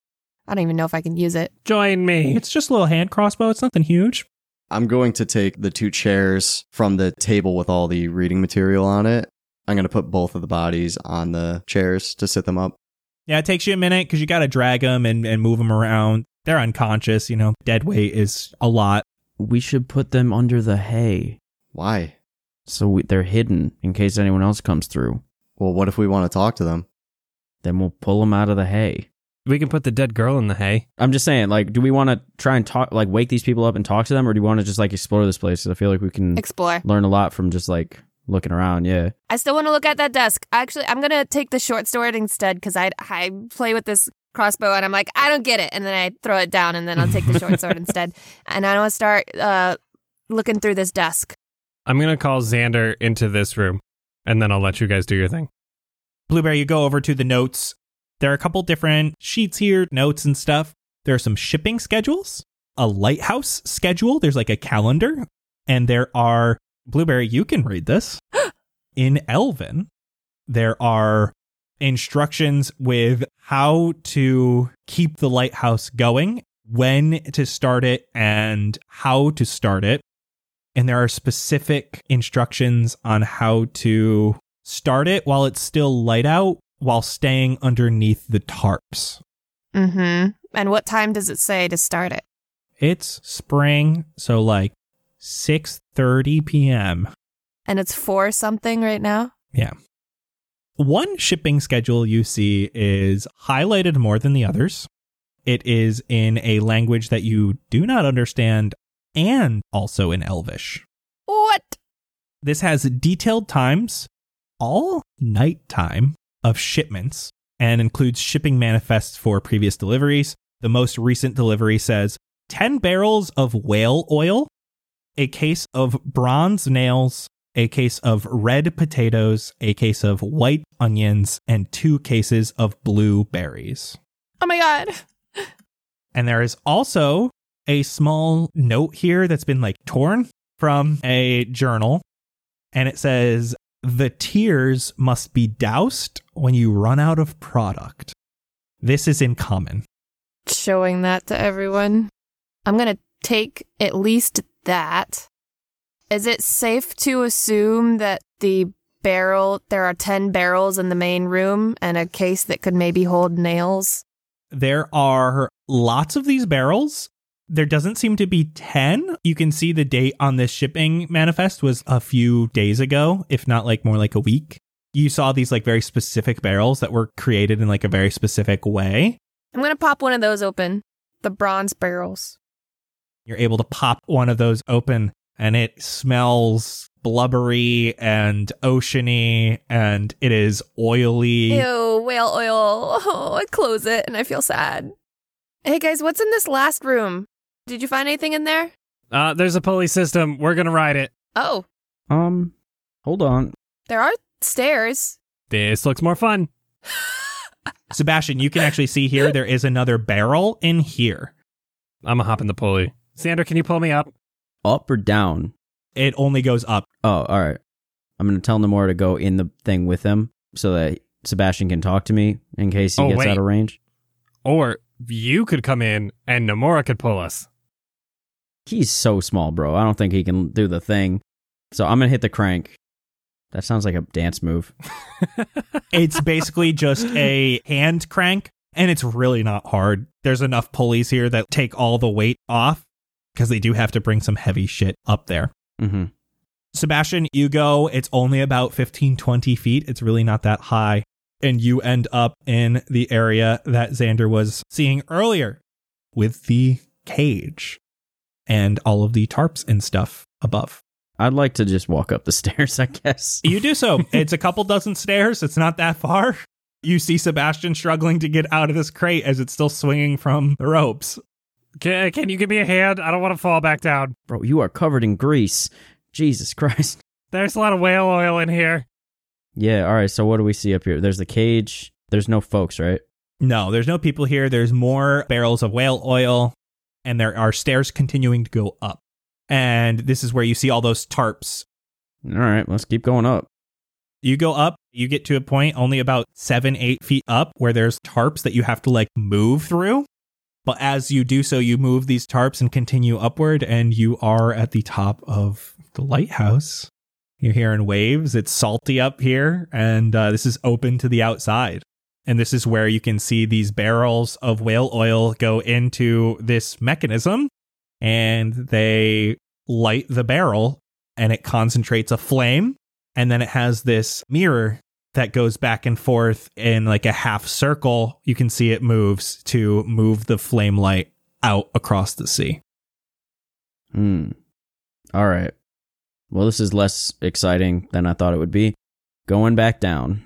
Speaker 6: I don't even know if I can use it.
Speaker 2: Join me.
Speaker 5: It's just a little hand crossbow. It's nothing huge.
Speaker 4: [LAUGHS] I'm going to take the two chairs from the table with all the reading material on it. I'm gonna put both of the bodies on the chairs to sit them up.
Speaker 5: Yeah, it takes you a minute because you got to drag them and, and move them around. They're unconscious. You know, dead weight is a lot.
Speaker 7: we should put them under the hay
Speaker 4: Why?
Speaker 7: so we, they're hidden in case anyone else comes through.
Speaker 4: [LAUGHS] Well, what if we want to talk to them?
Speaker 7: Then we'll pull them out of the hay.
Speaker 2: We can put the dead girl in the hay.
Speaker 7: I'm just saying, like, do we want to try and talk, like, wake these people up and talk to them, or do you want to just like explore this place? 'Cause I feel like we can
Speaker 6: Explore.
Speaker 7: learn a lot from just like looking around. Yeah,
Speaker 6: I still want to look at that desk. Actually, I'm gonna take the short sword instead because I I play with this crossbow and I'm like I don't get it, and then I throw it down, and then I'll take the short sword instead, and I want to start uh, looking through this desk.
Speaker 2: I'm gonna call Xander into this room, and then I'll let you guys do your thing.
Speaker 5: Blueberry, you go over to the notes. There are a couple different sheets here, notes and stuff. There are some shipping schedules, a lighthouse schedule. There's like a calendar. And there are, Blueberry, you can read this. In Elven, there are instructions with how to keep the lighthouse going, when to start it, and how to start it. And there are specific instructions on how to start it while it's still light out while staying underneath the tarps.
Speaker 6: Mm-hmm. And what time does it say to start it?
Speaker 5: It's spring, so like 6:30 p.m.
Speaker 6: And it's four something right now.
Speaker 5: One shipping schedule you see is highlighted more than the others. It is in a language that you do not understand and also in Elvish.
Speaker 6: What?
Speaker 5: This has detailed times, all nighttime, of shipments and includes shipping manifests for previous deliveries. The most recent delivery says 10 barrels of whale oil, a case of bronze nails, a case of red potatoes, a case of white onions, and two cases of blueberries.
Speaker 6: Oh my god.
Speaker 5: And there is also a small note here that's been like torn from a journal. And it says, The tears must be doused when you run out of product. This is in common.
Speaker 6: Showing that to everyone. I'm gonna take at least that. Is it safe to assume that the barrel there are 10 barrels in the main room and a case that could maybe hold nails?
Speaker 5: There are lots of these barrels. There doesn't seem to be 10. You can see the date on this shipping manifest was a few days ago, if not like more like a week. You saw these like very specific barrels that were created in like a very specific way.
Speaker 6: I'm gonna pop one of those open. The bronze barrels.
Speaker 5: you're able to pop one of those open and it smells blubbery and oceany and it is oily.
Speaker 6: Ew, whale oil. Oh, I close it and I feel sad. Hey guys, what's in this last room? Did you find anything in there?
Speaker 2: Uh, there's a pulley system. We're gonna ride it.
Speaker 6: Oh,
Speaker 7: um, hold on.
Speaker 6: there are stairs.
Speaker 2: This looks more fun.
Speaker 5: Sebastian, you can actually see here there is another barrel in here.
Speaker 2: I'm a hop in the pulley. Xander, can you pull me up?
Speaker 7: Up or down?
Speaker 5: It only goes up.
Speaker 7: Oh, all right. I'm gonna tell Namora to go in the thing with him so that Sebastian can talk to me in case he
Speaker 2: Oh,
Speaker 7: gets
Speaker 2: wait.
Speaker 7: out of range.
Speaker 2: Or you could come in and Namora could pull us.
Speaker 7: He's so small, bro. I don't think he can do the thing. So I'm gonna hit the crank. That sounds like a dance move.
Speaker 5: It's basically just a hand crank and it's really not hard. There's enough pulleys here that take all the weight off because they do have to bring some heavy shit up there.
Speaker 7: Mm-hmm.
Speaker 5: Sebastian, you go, it's only about 15, 20 feet. It's really not that high. And you end up in the area that Xander was seeing earlier with the cage and all of the tarps and stuff above.
Speaker 7: I'd like to just walk up the [LAUGHS] stairs, I guess.
Speaker 5: You do so. it's a couple dozen stairs, it's not that far. You see Sebastian struggling to get out of this crate as it's still swinging from the ropes.
Speaker 2: Can, can you give me a hand? I don't want to fall back down.
Speaker 7: Bro, you are covered in grease. Jesus Christ. [LAUGHS]
Speaker 2: There's a lot of whale oil in here.
Speaker 7: Yeah, all right. So what do we see up here? There's the cage. There's no folks, right?
Speaker 5: No, there's no people here. There's more barrels of whale oil, and there are stairs continuing to go up. And this is where you see all those tarps.
Speaker 7: All right, let's keep going up.
Speaker 5: You go up, you get to a point only about seven, eight feet up where there's tarps that you have to like move through. But as you do so, you move these tarps and continue upward, and you are at the top of the lighthouse. You're hearing waves. It's salty up here, and uh, this is open to the outside. And this is where you can see these barrels of whale oil go into this mechanism, and they light the barrel, and it concentrates a flame. And then it has this mirror that goes back and forth in like a half circle. You can see it moves to move the flame light out across the sea.
Speaker 7: Hmm. All right. Well, this is less exciting than I thought it would be. Going back down,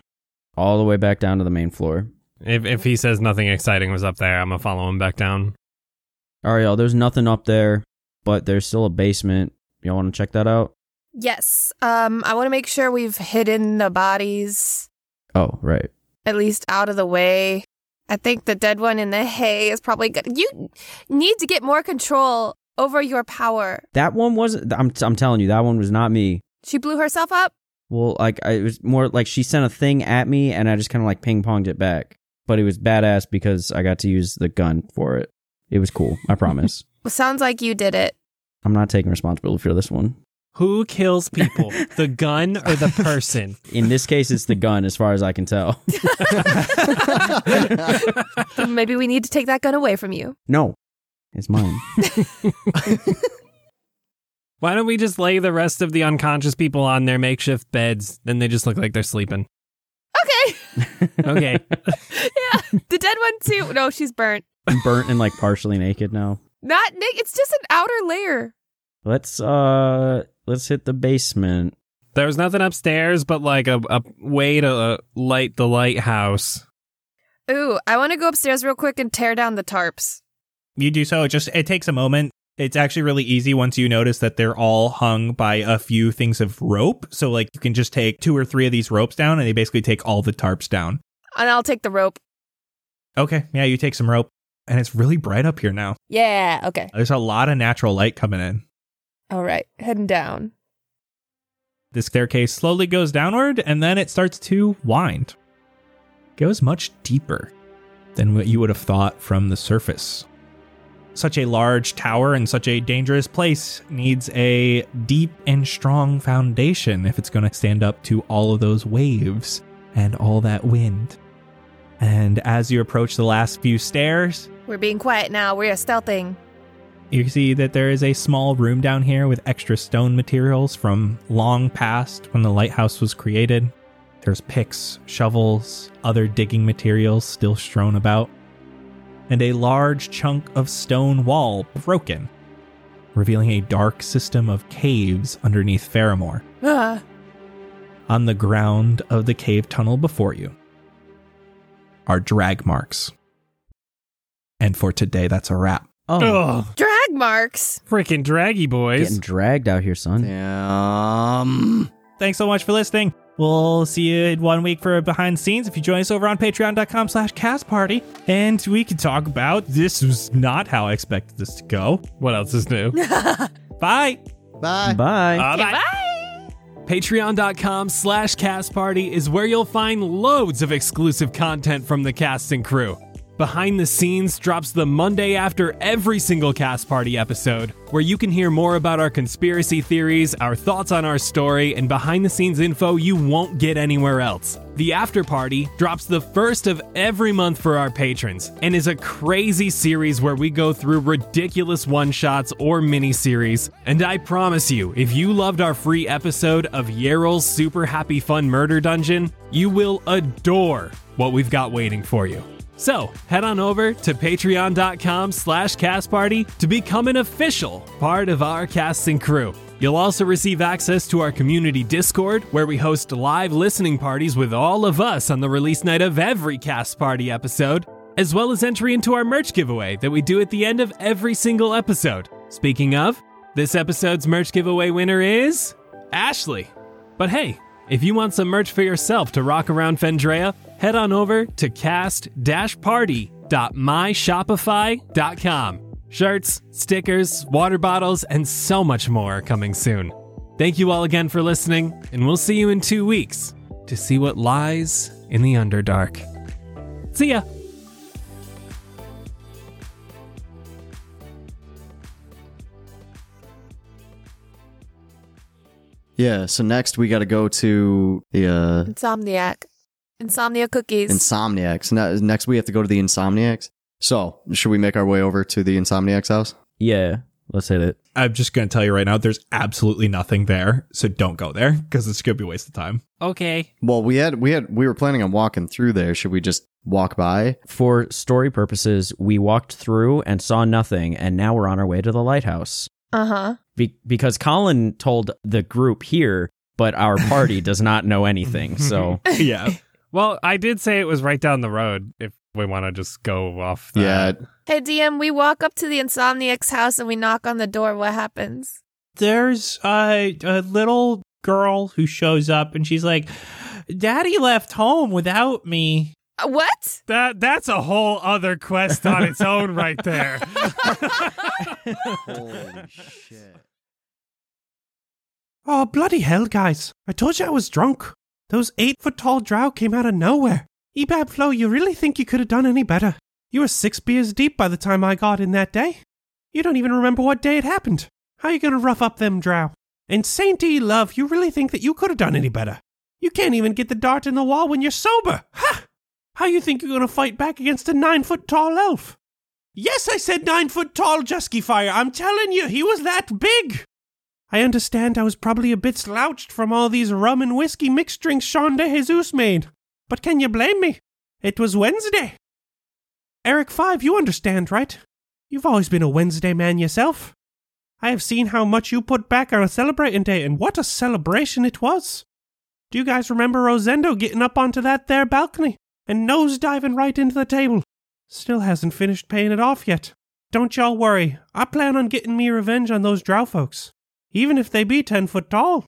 Speaker 7: all the way back down to the main floor.
Speaker 2: If, if he says nothing exciting was up there, I'm gonna follow him back down.
Speaker 7: All right, y'all. There's nothing up there, but there's still a basement. Y'all want to check that out?
Speaker 6: Yes. Um, I want to make sure we've hidden the bodies
Speaker 7: Oh, right.
Speaker 6: at least out of the way. I think the dead one in the hay is probably good. You need to get more control over your power.
Speaker 7: That one wasn't. I'm I'm telling you, that one was not me.
Speaker 6: She blew herself up.
Speaker 7: Well, like I, it was more like she sent a thing at me, and I just kind of like ping ponged it back. But it was badass because I got to use the gun for it. It was cool. I promise. [LAUGHS]
Speaker 6: Sounds like you did it.
Speaker 7: I'm not taking responsibility for this one.
Speaker 2: Who
Speaker 9: [LAUGHS]
Speaker 2: kills people, the gun or the person?
Speaker 7: In this case, it's the gun, as far as I can tell.
Speaker 6: Maybe we need to take that gun away from you.
Speaker 7: [LAUGHS] No, it's mine.
Speaker 2: Why don't we just lay the rest of the unconscious people on their makeshift beds? Then they just look like they're [LAUGHS] sleeping.
Speaker 6: Okay.
Speaker 2: Okay.
Speaker 6: yeah. The dead one too. No, she's burnt.
Speaker 7: I'm burnt and like partially naked now.
Speaker 6: Not Nick. It's just an outer layer.
Speaker 7: Let's uh, let's hit the basement.
Speaker 2: there was nothing upstairs but like a, a way to uh, light the lighthouse.
Speaker 6: Ooh, I want to go upstairs real quick and tear down the tarps.
Speaker 5: You do so. It just it takes a moment. It's actually really easy once you notice that they're all hung by a few things of rope. So like you can just take two or three of these ropes down, and they basically take all the tarps down.
Speaker 6: And I'll take the rope.
Speaker 5: Okay, yeah, you take some rope, and it's really bright up here now.
Speaker 6: Yeah. Okay.
Speaker 5: There's a lot of natural light coming in.
Speaker 6: All right. Heading down.
Speaker 5: The staircase slowly goes downward and then it starts to wind. Goes much deeper than what you would have thought from the surface. Such a large tower in such a dangerous place needs a deep and strong foundation if it's going to stand up to all of those waves and all that wind. And as you approach the last few stairs,
Speaker 6: We're being quiet now. We are stealthing.
Speaker 5: you see that there is a small room down here with extra stone materials from long past when the lighthouse was created. There's picks, shovels, other digging materials still strewn about, and a large chunk of stone wall broken, revealing a dark system of caves underneath Faramore
Speaker 6: Ah.
Speaker 5: on the ground of the cave tunnel before you are drag marks. And for today, that's a wrap.
Speaker 7: Oh,
Speaker 2: Ugh,
Speaker 6: Drag marks.
Speaker 2: freaking draggy
Speaker 7: getting
Speaker 2: boys.
Speaker 7: dragged out here, son.
Speaker 4: Damn.
Speaker 5: Thanks so much for listening. We'll see you in one week for behind the scenes. If you join us over on patreon.com slash cast party, and we can talk about this was not how I expected this to go.
Speaker 2: What else is new?
Speaker 5: Bye.
Speaker 4: Bye.
Speaker 7: Bye.
Speaker 5: Uh,
Speaker 2: Patreon.com slash cast party is where you'll find loads of exclusive content from the cast and crew. Behind the Scenes drops the Monday after every single cast party episode, where you can hear more about our conspiracy theories, our thoughts on our story, and behind the scenes info you won't get anywhere else. The After Party drops the first of every month for our patrons and is a crazy series where we go through ridiculous one shots or mini series. And I promise you, if you loved our free episode of Yarrel's Super Happy Fun Murder Dungeon, you will adore what we've got waiting for you. So head on over to patreon.com slash castparty to become an official part of our casting crew. You'll also receive access to our community Discord, where we host live listening parties with all of us on the release night of every Cast Party episode, as well as entry into our merch giveaway that we do at the end of every single episode. Speaking of, this episode's merch giveaway winner is Ashley. But hey, if you want some merch for yourself to rock around Fendrea, head on over to cast-party.myshopify.com. Shirts, stickers, water bottles, and so much more are coming soon. Thank you all again for listening, and we'll see you in two weeks to see what lies in the Underdark. See ya!
Speaker 4: Yeah, so next we got to go to the uh,
Speaker 6: Insomniac. Insomnia cookies.
Speaker 4: Insomniacs. Ne- Next we have to go to the Insomniacs. So, should we make our way over to the Insomniacs house?
Speaker 7: Yeah, let's hit it.
Speaker 5: I'm just going to tell you right now, there's absolutely nothing there. So don't go there because it's going to be a waste of time.
Speaker 10: Okay.
Speaker 4: Well, we had we had we were planning on walking through there. Should we just walk by?
Speaker 7: For story purposes, we walked through and saw nothing, and now we're on our way to the lighthouse.
Speaker 6: Uh huh.
Speaker 7: Be- because Colin told the group here, but our party does not know anything. So
Speaker 5: yeah.
Speaker 9: Well, I did say it was right down the road if we want to just go off that.
Speaker 4: Yeah.
Speaker 6: Hey, DM, we walk up to the Insomniac's house and we knock on the door. What happens?
Speaker 5: There's a, a little girl who shows up and she's like, Daddy left home without me.
Speaker 6: Uh, What?
Speaker 9: That that's a whole other quest on its own right there.
Speaker 4: [LAUGHS] Holy shit.
Speaker 2: Oh, bloody hell, guys. I told you I was drunk. Those eight foot tall drow came out of nowhere. Ebab Flo, you really think you could have done any better? You were six beers deep by the time I got in that day. You don't even remember what day it happened. How you gonna rough up them drow? And Saint E Love, you really think that you could have done any better? You can't even get the dart in the wall when you're sober. Ha! How you think you're gonna fight back against a nine foot tall elf? Yes, I said nine foot tall Jusky Fire. I'm telling you, he was that big. I understand I was probably a bit slouched from all these rum and whiskey mixed drinks Sean de Jesus made. But can you blame me? It was Wednesday. Eric Five, you understand, right? You've always been a Wednesday man yourself. I have seen how much you put back on a celebrating day, and what a celebration it was. Do you guys remember Rosendo getting up onto that there balcony and nose diving right into the table? Still hasn't finished paying it off yet. Don't y'all worry. I plan on getting me revenge on those drow folks even if they be ten foot tall.